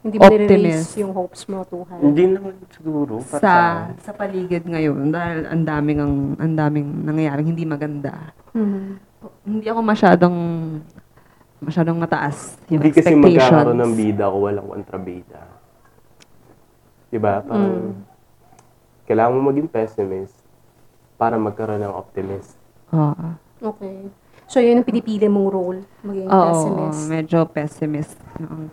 [SPEAKER 5] Hindi mo
[SPEAKER 4] Optimist.
[SPEAKER 5] nire-raise yung hopes mo to high?
[SPEAKER 6] Hindi naman siguro. para
[SPEAKER 4] sa sa paligid ngayon dahil ang daming ang ang daming nangyayaring hindi maganda.
[SPEAKER 5] Mhm.
[SPEAKER 4] Hindi ako masyadong masyadong mataas yung
[SPEAKER 6] Hindi kasi
[SPEAKER 4] expectations.
[SPEAKER 6] magkakaroon ng bida kung walang kontrabida. Diba?
[SPEAKER 4] Mm.
[SPEAKER 6] Parang, kailangan mo maging pessimist para magkaroon ng optimist.
[SPEAKER 4] Oo.
[SPEAKER 5] Okay. So, yun ang pinipili mong role, maging
[SPEAKER 4] Oo,
[SPEAKER 5] pessimist.
[SPEAKER 4] medyo pessimist. Oo.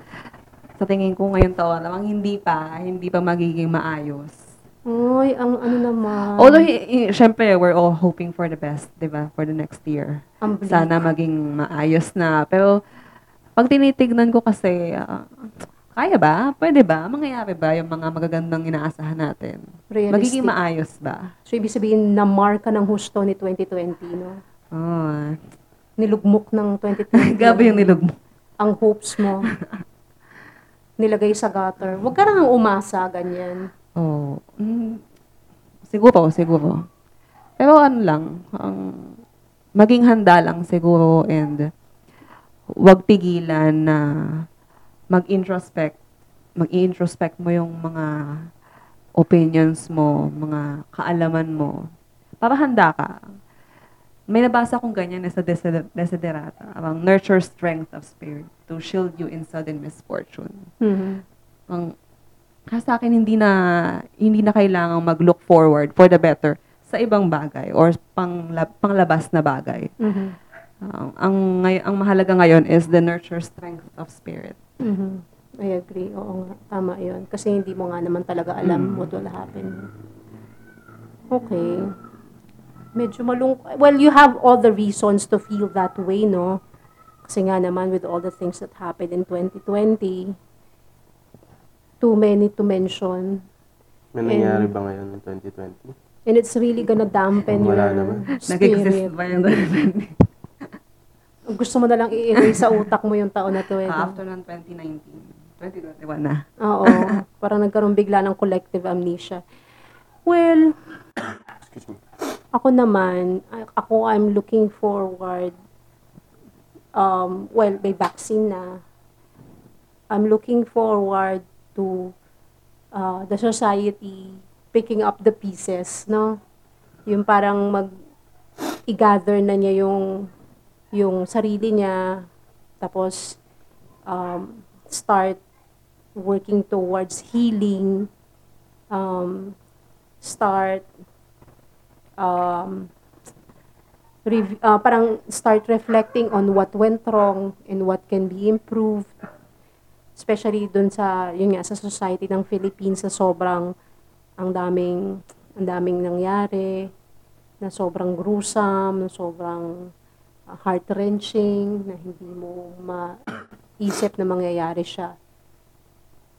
[SPEAKER 4] Sa tingin ko ngayon taon, namang hindi pa, hindi pa magiging maayos.
[SPEAKER 5] Uy, ang ano naman.
[SPEAKER 4] Although, hi- hi- syempre, we're all hoping for the best, di ba, for the next year.
[SPEAKER 5] Ang bleak.
[SPEAKER 4] Sana maging maayos na. Pero, pag tinitignan ko kasi, ah, kaya ba? Pwede ba? Mangyayari ba yung mga magagandang inaasahan natin?
[SPEAKER 5] Realistic.
[SPEAKER 4] Magiging maayos ba?
[SPEAKER 5] So, ibig sabihin, na-mark ka ng husto ni 2020, no?
[SPEAKER 4] Oh.
[SPEAKER 5] Nilugmok ng 2020.
[SPEAKER 4] Gabi yung nilog mo.
[SPEAKER 5] Ang hopes mo. Nilagay sa gutter. Huwag ka nang umasa, ganyan.
[SPEAKER 4] Oh, mm, siguro, siguro. Pero ano lang, ang maging handa lang siguro and wag pigilan na mag-introspect. Mag-introspect mo yung mga opinions mo, mga kaalaman mo. Para handa ka. May nabasa kong ganyan eh sa Desider- Desiderata. Ang nurture strength of spirit to shield you in sudden misfortune ang ah, sa akin hindi na hindi na kailangang mag-look forward for the better sa ibang bagay or pang panglabas na bagay.
[SPEAKER 5] Mhm.
[SPEAKER 4] Ah, ang ngay- ang mahalaga ngayon is the nurture strength of spirit.
[SPEAKER 5] Mhm. I agree. Oo nga. Tama yun. Kasi hindi mo nga naman talaga
[SPEAKER 6] Mm.
[SPEAKER 5] alam what will happen. Okay. Medyo malung... Well, you have all the reasons to feel that way, no? Kasi nga naman with all the things that happened in 2020, too many to mention.
[SPEAKER 6] May nangyari ba ngayon ng 2020?
[SPEAKER 5] And it's really gonna dampen
[SPEAKER 6] Wala
[SPEAKER 5] your
[SPEAKER 6] naman.
[SPEAKER 5] spirit.
[SPEAKER 4] ba yung ganun?
[SPEAKER 5] Gusto mo na lang i-erase sa utak mo yung taon na to. Eh, no?
[SPEAKER 4] Ah, After ng 2019, 2021 na.
[SPEAKER 5] Oo. parang nagkaroon bigla ng collective amnesia. Well, ako naman, a- ako I'm looking forward, um, well, may vaccine na. I'm looking forward to uh, the society picking up the pieces, no? Yung parang mag i-gather na niya yung yung sarili niya tapos um, start working towards healing, um, start, um, rev- uh, parang start reflecting on what went wrong and what can be improved. Especially dun sa, yun nga, sa society ng Philippines sa sobrang, ang daming, ang daming nangyari, na sobrang gruesome, na sobrang uh, heart-wrenching, na hindi mo maisip na mangyayari siya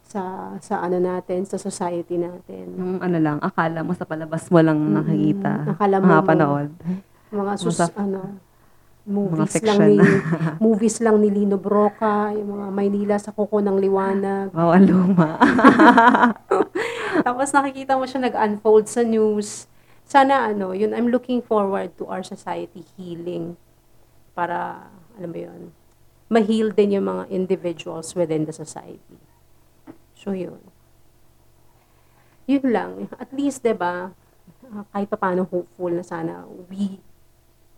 [SPEAKER 5] sa sa ano natin, sa society natin.
[SPEAKER 4] Yung ano lang, akala mo sa palabas mo lang nakikita.
[SPEAKER 5] Mm, akala mo
[SPEAKER 4] mga
[SPEAKER 5] mo.
[SPEAKER 4] panood.
[SPEAKER 5] Mga sus,
[SPEAKER 4] Mga sa-
[SPEAKER 5] ano, movies
[SPEAKER 4] fiction
[SPEAKER 5] lang ni,
[SPEAKER 4] na.
[SPEAKER 5] movies lang ni Lino Broca, yung mga Maynila sa kuko ng liwanag.
[SPEAKER 4] Wow, ang luma.
[SPEAKER 5] Tapos nakikita mo siya nag-unfold sa news. Sana ano, yun, I'm looking forward to our society healing para, alam mo yun, ma-heal din yung mga individuals within the society. So, yun. Yun lang. At least, 'di ba ah, kahit pa paano hopeful na sana we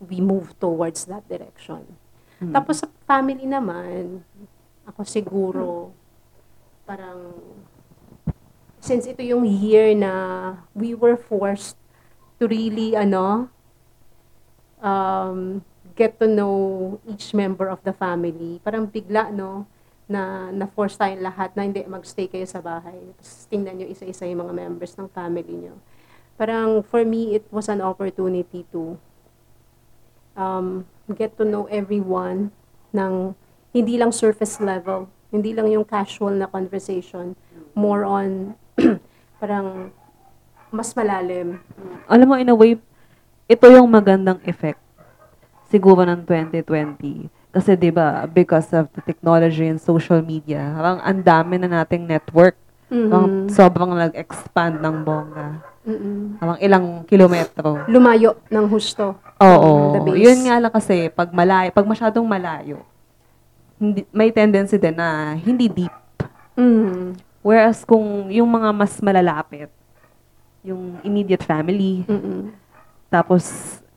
[SPEAKER 5] we move towards that direction. Tapos sa family naman, ako siguro, parang, since ito yung year na we were forced to really, ano, um, get to know each member of the family. Parang bigla, no, na na-force tayong lahat na hindi magstay kayo sa bahay. Tapos tingnan nyo isa-isa yung mga members ng family nyo. Parang for me, it was an opportunity to um, get to know everyone ng hindi lang surface level, hindi lang yung casual na conversation, more on parang mas malalim.
[SPEAKER 4] Alam mo, in a way, ito yung magandang effect siguro ng 2020. Kasi 'di ba because of the technology and social media, parang ang dami na nating network.
[SPEAKER 5] Mm-hmm.
[SPEAKER 4] Parang
[SPEAKER 5] Um,
[SPEAKER 4] sobrang nag-expand ng bongga.
[SPEAKER 5] Mm-mm.
[SPEAKER 4] Parang ilang kilometro.
[SPEAKER 5] Lumayo ng husto.
[SPEAKER 4] Oo.
[SPEAKER 5] Mm-hmm. The base.
[SPEAKER 4] Yun nga lang kasi, pag malayo, pag masyadong malayo, hindi, may tendency din na hindi deep.
[SPEAKER 5] Mm.
[SPEAKER 4] Whereas kung yung mga mas malalapit, yung immediate family,
[SPEAKER 5] Mm-mm.
[SPEAKER 4] tapos,
[SPEAKER 5] Mm-hmm.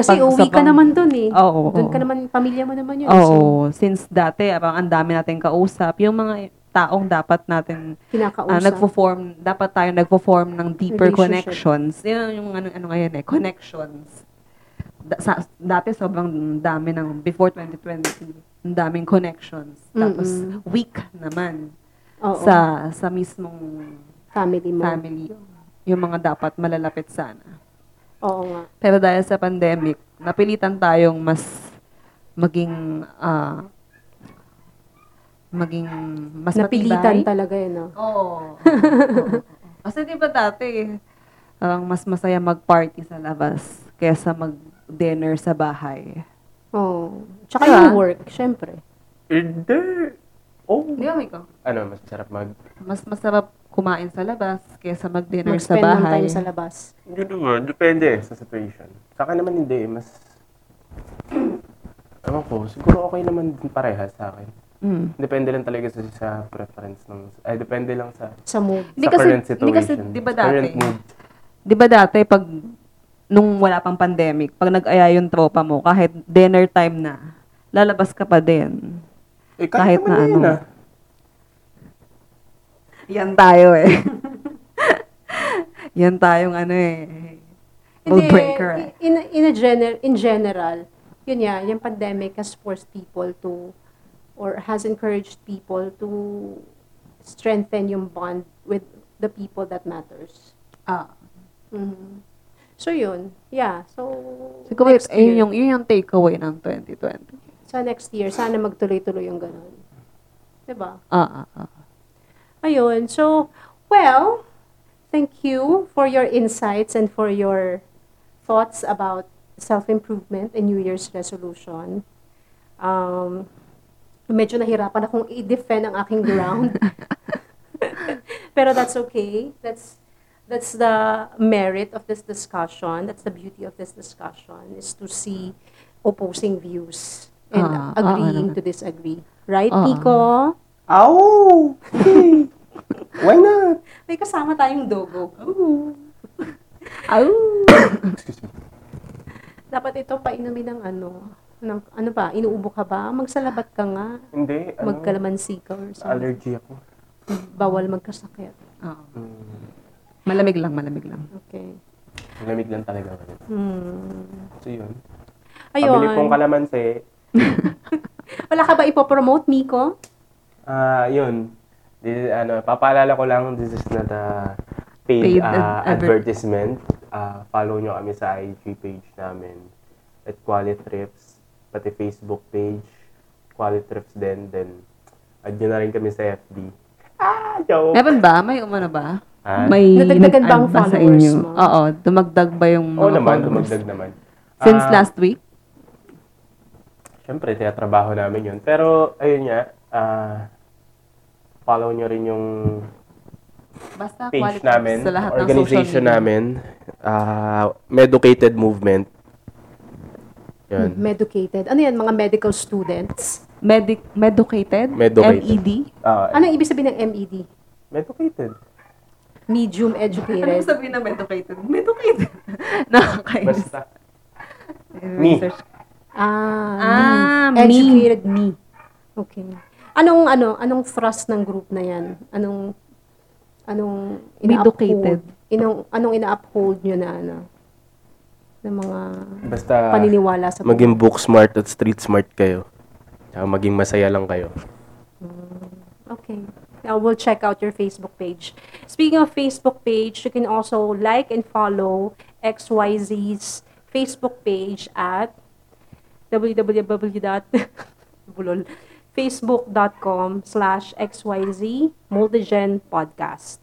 [SPEAKER 5] Kasi
[SPEAKER 4] Pag
[SPEAKER 5] uwi
[SPEAKER 4] sa
[SPEAKER 5] ka
[SPEAKER 4] pam-
[SPEAKER 5] naman dun eh.
[SPEAKER 4] oo.
[SPEAKER 5] Dun ka naman, pamilya mo naman yun. So,
[SPEAKER 4] Oo. Since dati, parang ang dami natin kausap, yung mga taong dapat natin
[SPEAKER 5] kinakausap.
[SPEAKER 4] ah, nagpo-form, dapat tayo nagpo-form ng deeper
[SPEAKER 5] Relationship.
[SPEAKER 4] connections. Yun yung ano, ano ngayon eh, connections. Da- sa- dati sobrang dami ng, before 2020, ang daming connections. Tapos
[SPEAKER 5] Mm-mm.
[SPEAKER 4] weak naman
[SPEAKER 5] Oo.
[SPEAKER 4] sa sa mismong
[SPEAKER 5] family mo.
[SPEAKER 4] family. Yung mga dapat malalapit sana.
[SPEAKER 5] Oo nga.
[SPEAKER 4] Pero dahil sa pandemic, napilitan tayong mas maging ah, maging mas
[SPEAKER 5] Napilitan
[SPEAKER 4] matibay.
[SPEAKER 5] talaga yun, ah. no?
[SPEAKER 4] Oo. oo. Kasi di ba dati, parang mas masaya mag-party sa labas kesa mag-dinner sa bahay.
[SPEAKER 5] Oo. Tsaka
[SPEAKER 4] Diba?
[SPEAKER 5] yung work, syempre.
[SPEAKER 1] Hindi. Oh.
[SPEAKER 4] Di ba, Miko?
[SPEAKER 6] Ano, mas sarap mag...
[SPEAKER 4] Mas masarap kumain sa labas kesa mag-dinner sa
[SPEAKER 5] Mag-spend ng
[SPEAKER 4] bahay.
[SPEAKER 5] time sa labas.
[SPEAKER 1] Hindi naman. Depende sa situation. Sa akin naman hindi. Mas... Ewan ko. Siguro okay naman din parehas sa akin.
[SPEAKER 4] Mm.
[SPEAKER 1] Depende lang talaga sa, sa preference ng... Ay, depende lang sa,
[SPEAKER 5] Sa mood.
[SPEAKER 4] Hindi
[SPEAKER 1] sa
[SPEAKER 4] kasi-
[SPEAKER 1] current situation.
[SPEAKER 4] hindi kasi, di ba
[SPEAKER 1] sa Current
[SPEAKER 4] dati?
[SPEAKER 1] mood.
[SPEAKER 4] Di ba dati, pag nung wala pang pandemic, pag nag-aya yung tropa mo, kahit dinner time na, lalabas ka pa din.
[SPEAKER 1] Eh, kahit,
[SPEAKER 4] Kahit
[SPEAKER 1] naman
[SPEAKER 4] na
[SPEAKER 1] na yun
[SPEAKER 4] ano.
[SPEAKER 1] ah.
[SPEAKER 4] Yan tayo eh. Yan tayong ano eh. Mood
[SPEAKER 5] Hindi,
[SPEAKER 4] breaker eh.
[SPEAKER 5] In, in, a gener- in general, yun nga, yung pandemic has forced people to, or has encouraged people to strengthen yung bond with the people that matters.
[SPEAKER 4] Ah,
[SPEAKER 5] Mhm. So yun, yeah. So,
[SPEAKER 4] siguro
[SPEAKER 5] next
[SPEAKER 4] ayun
[SPEAKER 5] year.
[SPEAKER 4] yung, yun yung takeaway ng 2020.
[SPEAKER 5] sa next year, sana magtuloy-tuloy yung ganun. Diba?
[SPEAKER 4] Ah, ah, ah.
[SPEAKER 5] Ayun. So, well, thank you for your insights and for your thoughts about self-improvement and New Year's resolution. Um, medyo nahirapan akong i-defend ang aking ground. Pero that's okay. That's that's the merit of this discussion. That's the beauty of this discussion is to see opposing views and
[SPEAKER 4] Ah, ah,
[SPEAKER 5] agreeing
[SPEAKER 4] ano.
[SPEAKER 5] to disagree. Right,
[SPEAKER 4] Ah, ah.
[SPEAKER 5] Nico?
[SPEAKER 6] Ow! Hey! Why not?
[SPEAKER 5] May kasama tayong dogo. Dapat ito painumin ng ano. Ng, ano ba? Inuubo ka ba? Magsalabat ka nga.
[SPEAKER 6] Hindi. Ano,
[SPEAKER 5] Magkalamansi ka or something.
[SPEAKER 6] allergy ako.
[SPEAKER 5] Bawal magkasakit.
[SPEAKER 4] Oo. Ah. Malamig lang, malamig lang.
[SPEAKER 5] Okay.
[SPEAKER 6] Lamig lang talaga.
[SPEAKER 5] Hmm.
[SPEAKER 6] So, yun. Pabili
[SPEAKER 5] Ayun.
[SPEAKER 6] pong kalamansi.
[SPEAKER 5] Wala ka ba ipopromote, Miko?
[SPEAKER 6] Ah, yun. This, ano, papaalala ko lang, this is not a paid,
[SPEAKER 4] Paid
[SPEAKER 6] ah,
[SPEAKER 4] ad- adver-
[SPEAKER 6] advertisement. Ah, follow nyo kami sa IG page namin at Qualit Trips, pati Facebook page, Qualit Trips din, then add nyo na rin kami sa FB. Ah, joke!
[SPEAKER 4] Meron ba? May umano ba?
[SPEAKER 6] Ah,
[SPEAKER 4] May
[SPEAKER 5] Nadagdagan ba ang
[SPEAKER 4] nag-add sa
[SPEAKER 5] followers
[SPEAKER 4] inyo?
[SPEAKER 5] mo?
[SPEAKER 4] Oo, dumagdag ba yung mga
[SPEAKER 6] Oo naman,
[SPEAKER 4] followers?
[SPEAKER 6] dumagdag naman.
[SPEAKER 4] Since
[SPEAKER 6] Ah,
[SPEAKER 4] last week?
[SPEAKER 6] Siyempre, tinatrabaho namin yun. Pero, ayun nga, ah, follow nyo rin yung
[SPEAKER 4] Basta
[SPEAKER 6] page
[SPEAKER 4] quality
[SPEAKER 6] namin,
[SPEAKER 4] sa lahat ng social
[SPEAKER 6] organization
[SPEAKER 4] media.
[SPEAKER 6] namin, ah, Medicated Movement. Yun.
[SPEAKER 5] Medicated. Ano yan? Mga medical students?
[SPEAKER 4] Medic, E Meducated?
[SPEAKER 6] Meducated.
[SPEAKER 4] MED?
[SPEAKER 6] Ah,
[SPEAKER 5] Ano yung ibig sabihin ng MED?
[SPEAKER 6] Medicated.
[SPEAKER 5] Medium
[SPEAKER 4] Ano
[SPEAKER 5] educated.
[SPEAKER 4] sabihin ng Meducated? Meducated! Nakakainis.
[SPEAKER 6] Basta. Me.
[SPEAKER 4] Research.
[SPEAKER 5] ah,
[SPEAKER 4] Ah,
[SPEAKER 5] me.
[SPEAKER 4] me.
[SPEAKER 5] Educated me. Okay. Anong, ano, anong thrust ng group na yan? Anong, anong
[SPEAKER 4] Educated.
[SPEAKER 5] ina-uphold? Inong, anong ina-uphold nyo na, ano? ng mga
[SPEAKER 6] Basta
[SPEAKER 5] paniniwala sa
[SPEAKER 6] Ah, maging book smart at street smart kayo. Tsaka maging masaya lang kayo.
[SPEAKER 5] Okay. Now we'll check out your Facebook page. Speaking of Facebook page, you can also like and follow XYZ's Facebook page at www.bulol facebook.com slash xyz multigen podcast.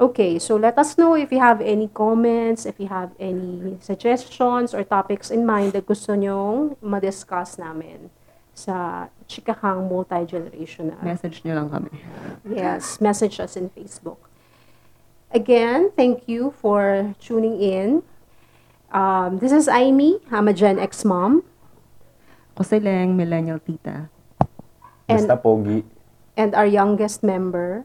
[SPEAKER 5] Okay, so let us know if you have any comments, if you have any suggestions or topics in mind that gusto nyong madiscuss namin sa Chikahang Multi-Generational.
[SPEAKER 4] Message nyo lang kami.
[SPEAKER 5] Yes, message us in Facebook. Again, thank you for tuning in. Um, this is Amy. I'm a Gen X mom.
[SPEAKER 4] Kusileng, millennial tita.
[SPEAKER 5] And,
[SPEAKER 6] Basta pogi.
[SPEAKER 5] and our youngest member.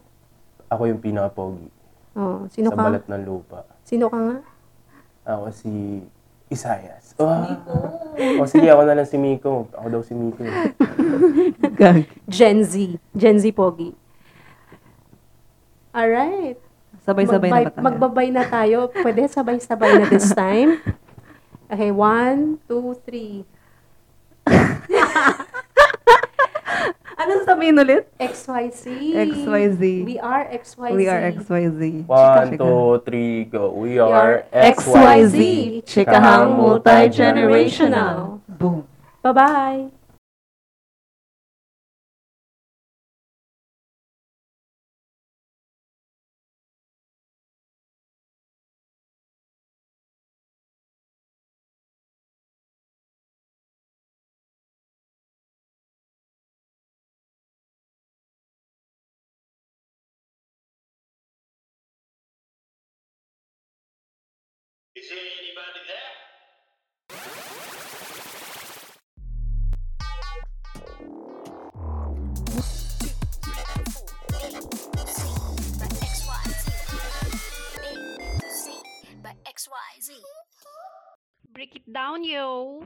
[SPEAKER 6] Ako yung pinaka-pogi.
[SPEAKER 5] Oh, sino
[SPEAKER 6] Sa
[SPEAKER 5] ka?
[SPEAKER 6] balat ng lupa.
[SPEAKER 5] Sino ka nga?
[SPEAKER 6] Ako si Isayas. Ah. O sige, ako na lang si Miko. Ako daw si Miko. eh.
[SPEAKER 4] Gag.
[SPEAKER 5] Gen Z. Gen Z Pogi. Alright.
[SPEAKER 4] Sabay-sabay na
[SPEAKER 5] Magbay-
[SPEAKER 4] ba tayo?
[SPEAKER 5] Magbabay na tayo. Pwede sabay-sabay na this time. Okay, one, two, three.
[SPEAKER 4] Anong sabihin Ano ulit?
[SPEAKER 5] XYZ.
[SPEAKER 4] XYZ.
[SPEAKER 5] We are XYZ.
[SPEAKER 4] We are XYZ.
[SPEAKER 6] One,
[SPEAKER 4] Chika, chika.
[SPEAKER 6] two, three, go.
[SPEAKER 5] We
[SPEAKER 6] We are
[SPEAKER 5] are
[SPEAKER 6] XYZ.
[SPEAKER 5] XYZ.
[SPEAKER 6] Chikahang
[SPEAKER 5] multi-generational.
[SPEAKER 4] Boom.
[SPEAKER 5] Bye-bye.
[SPEAKER 1] Is there anybody there?
[SPEAKER 2] by XYZ. A to Z by XYZ.
[SPEAKER 3] Break it down, yo.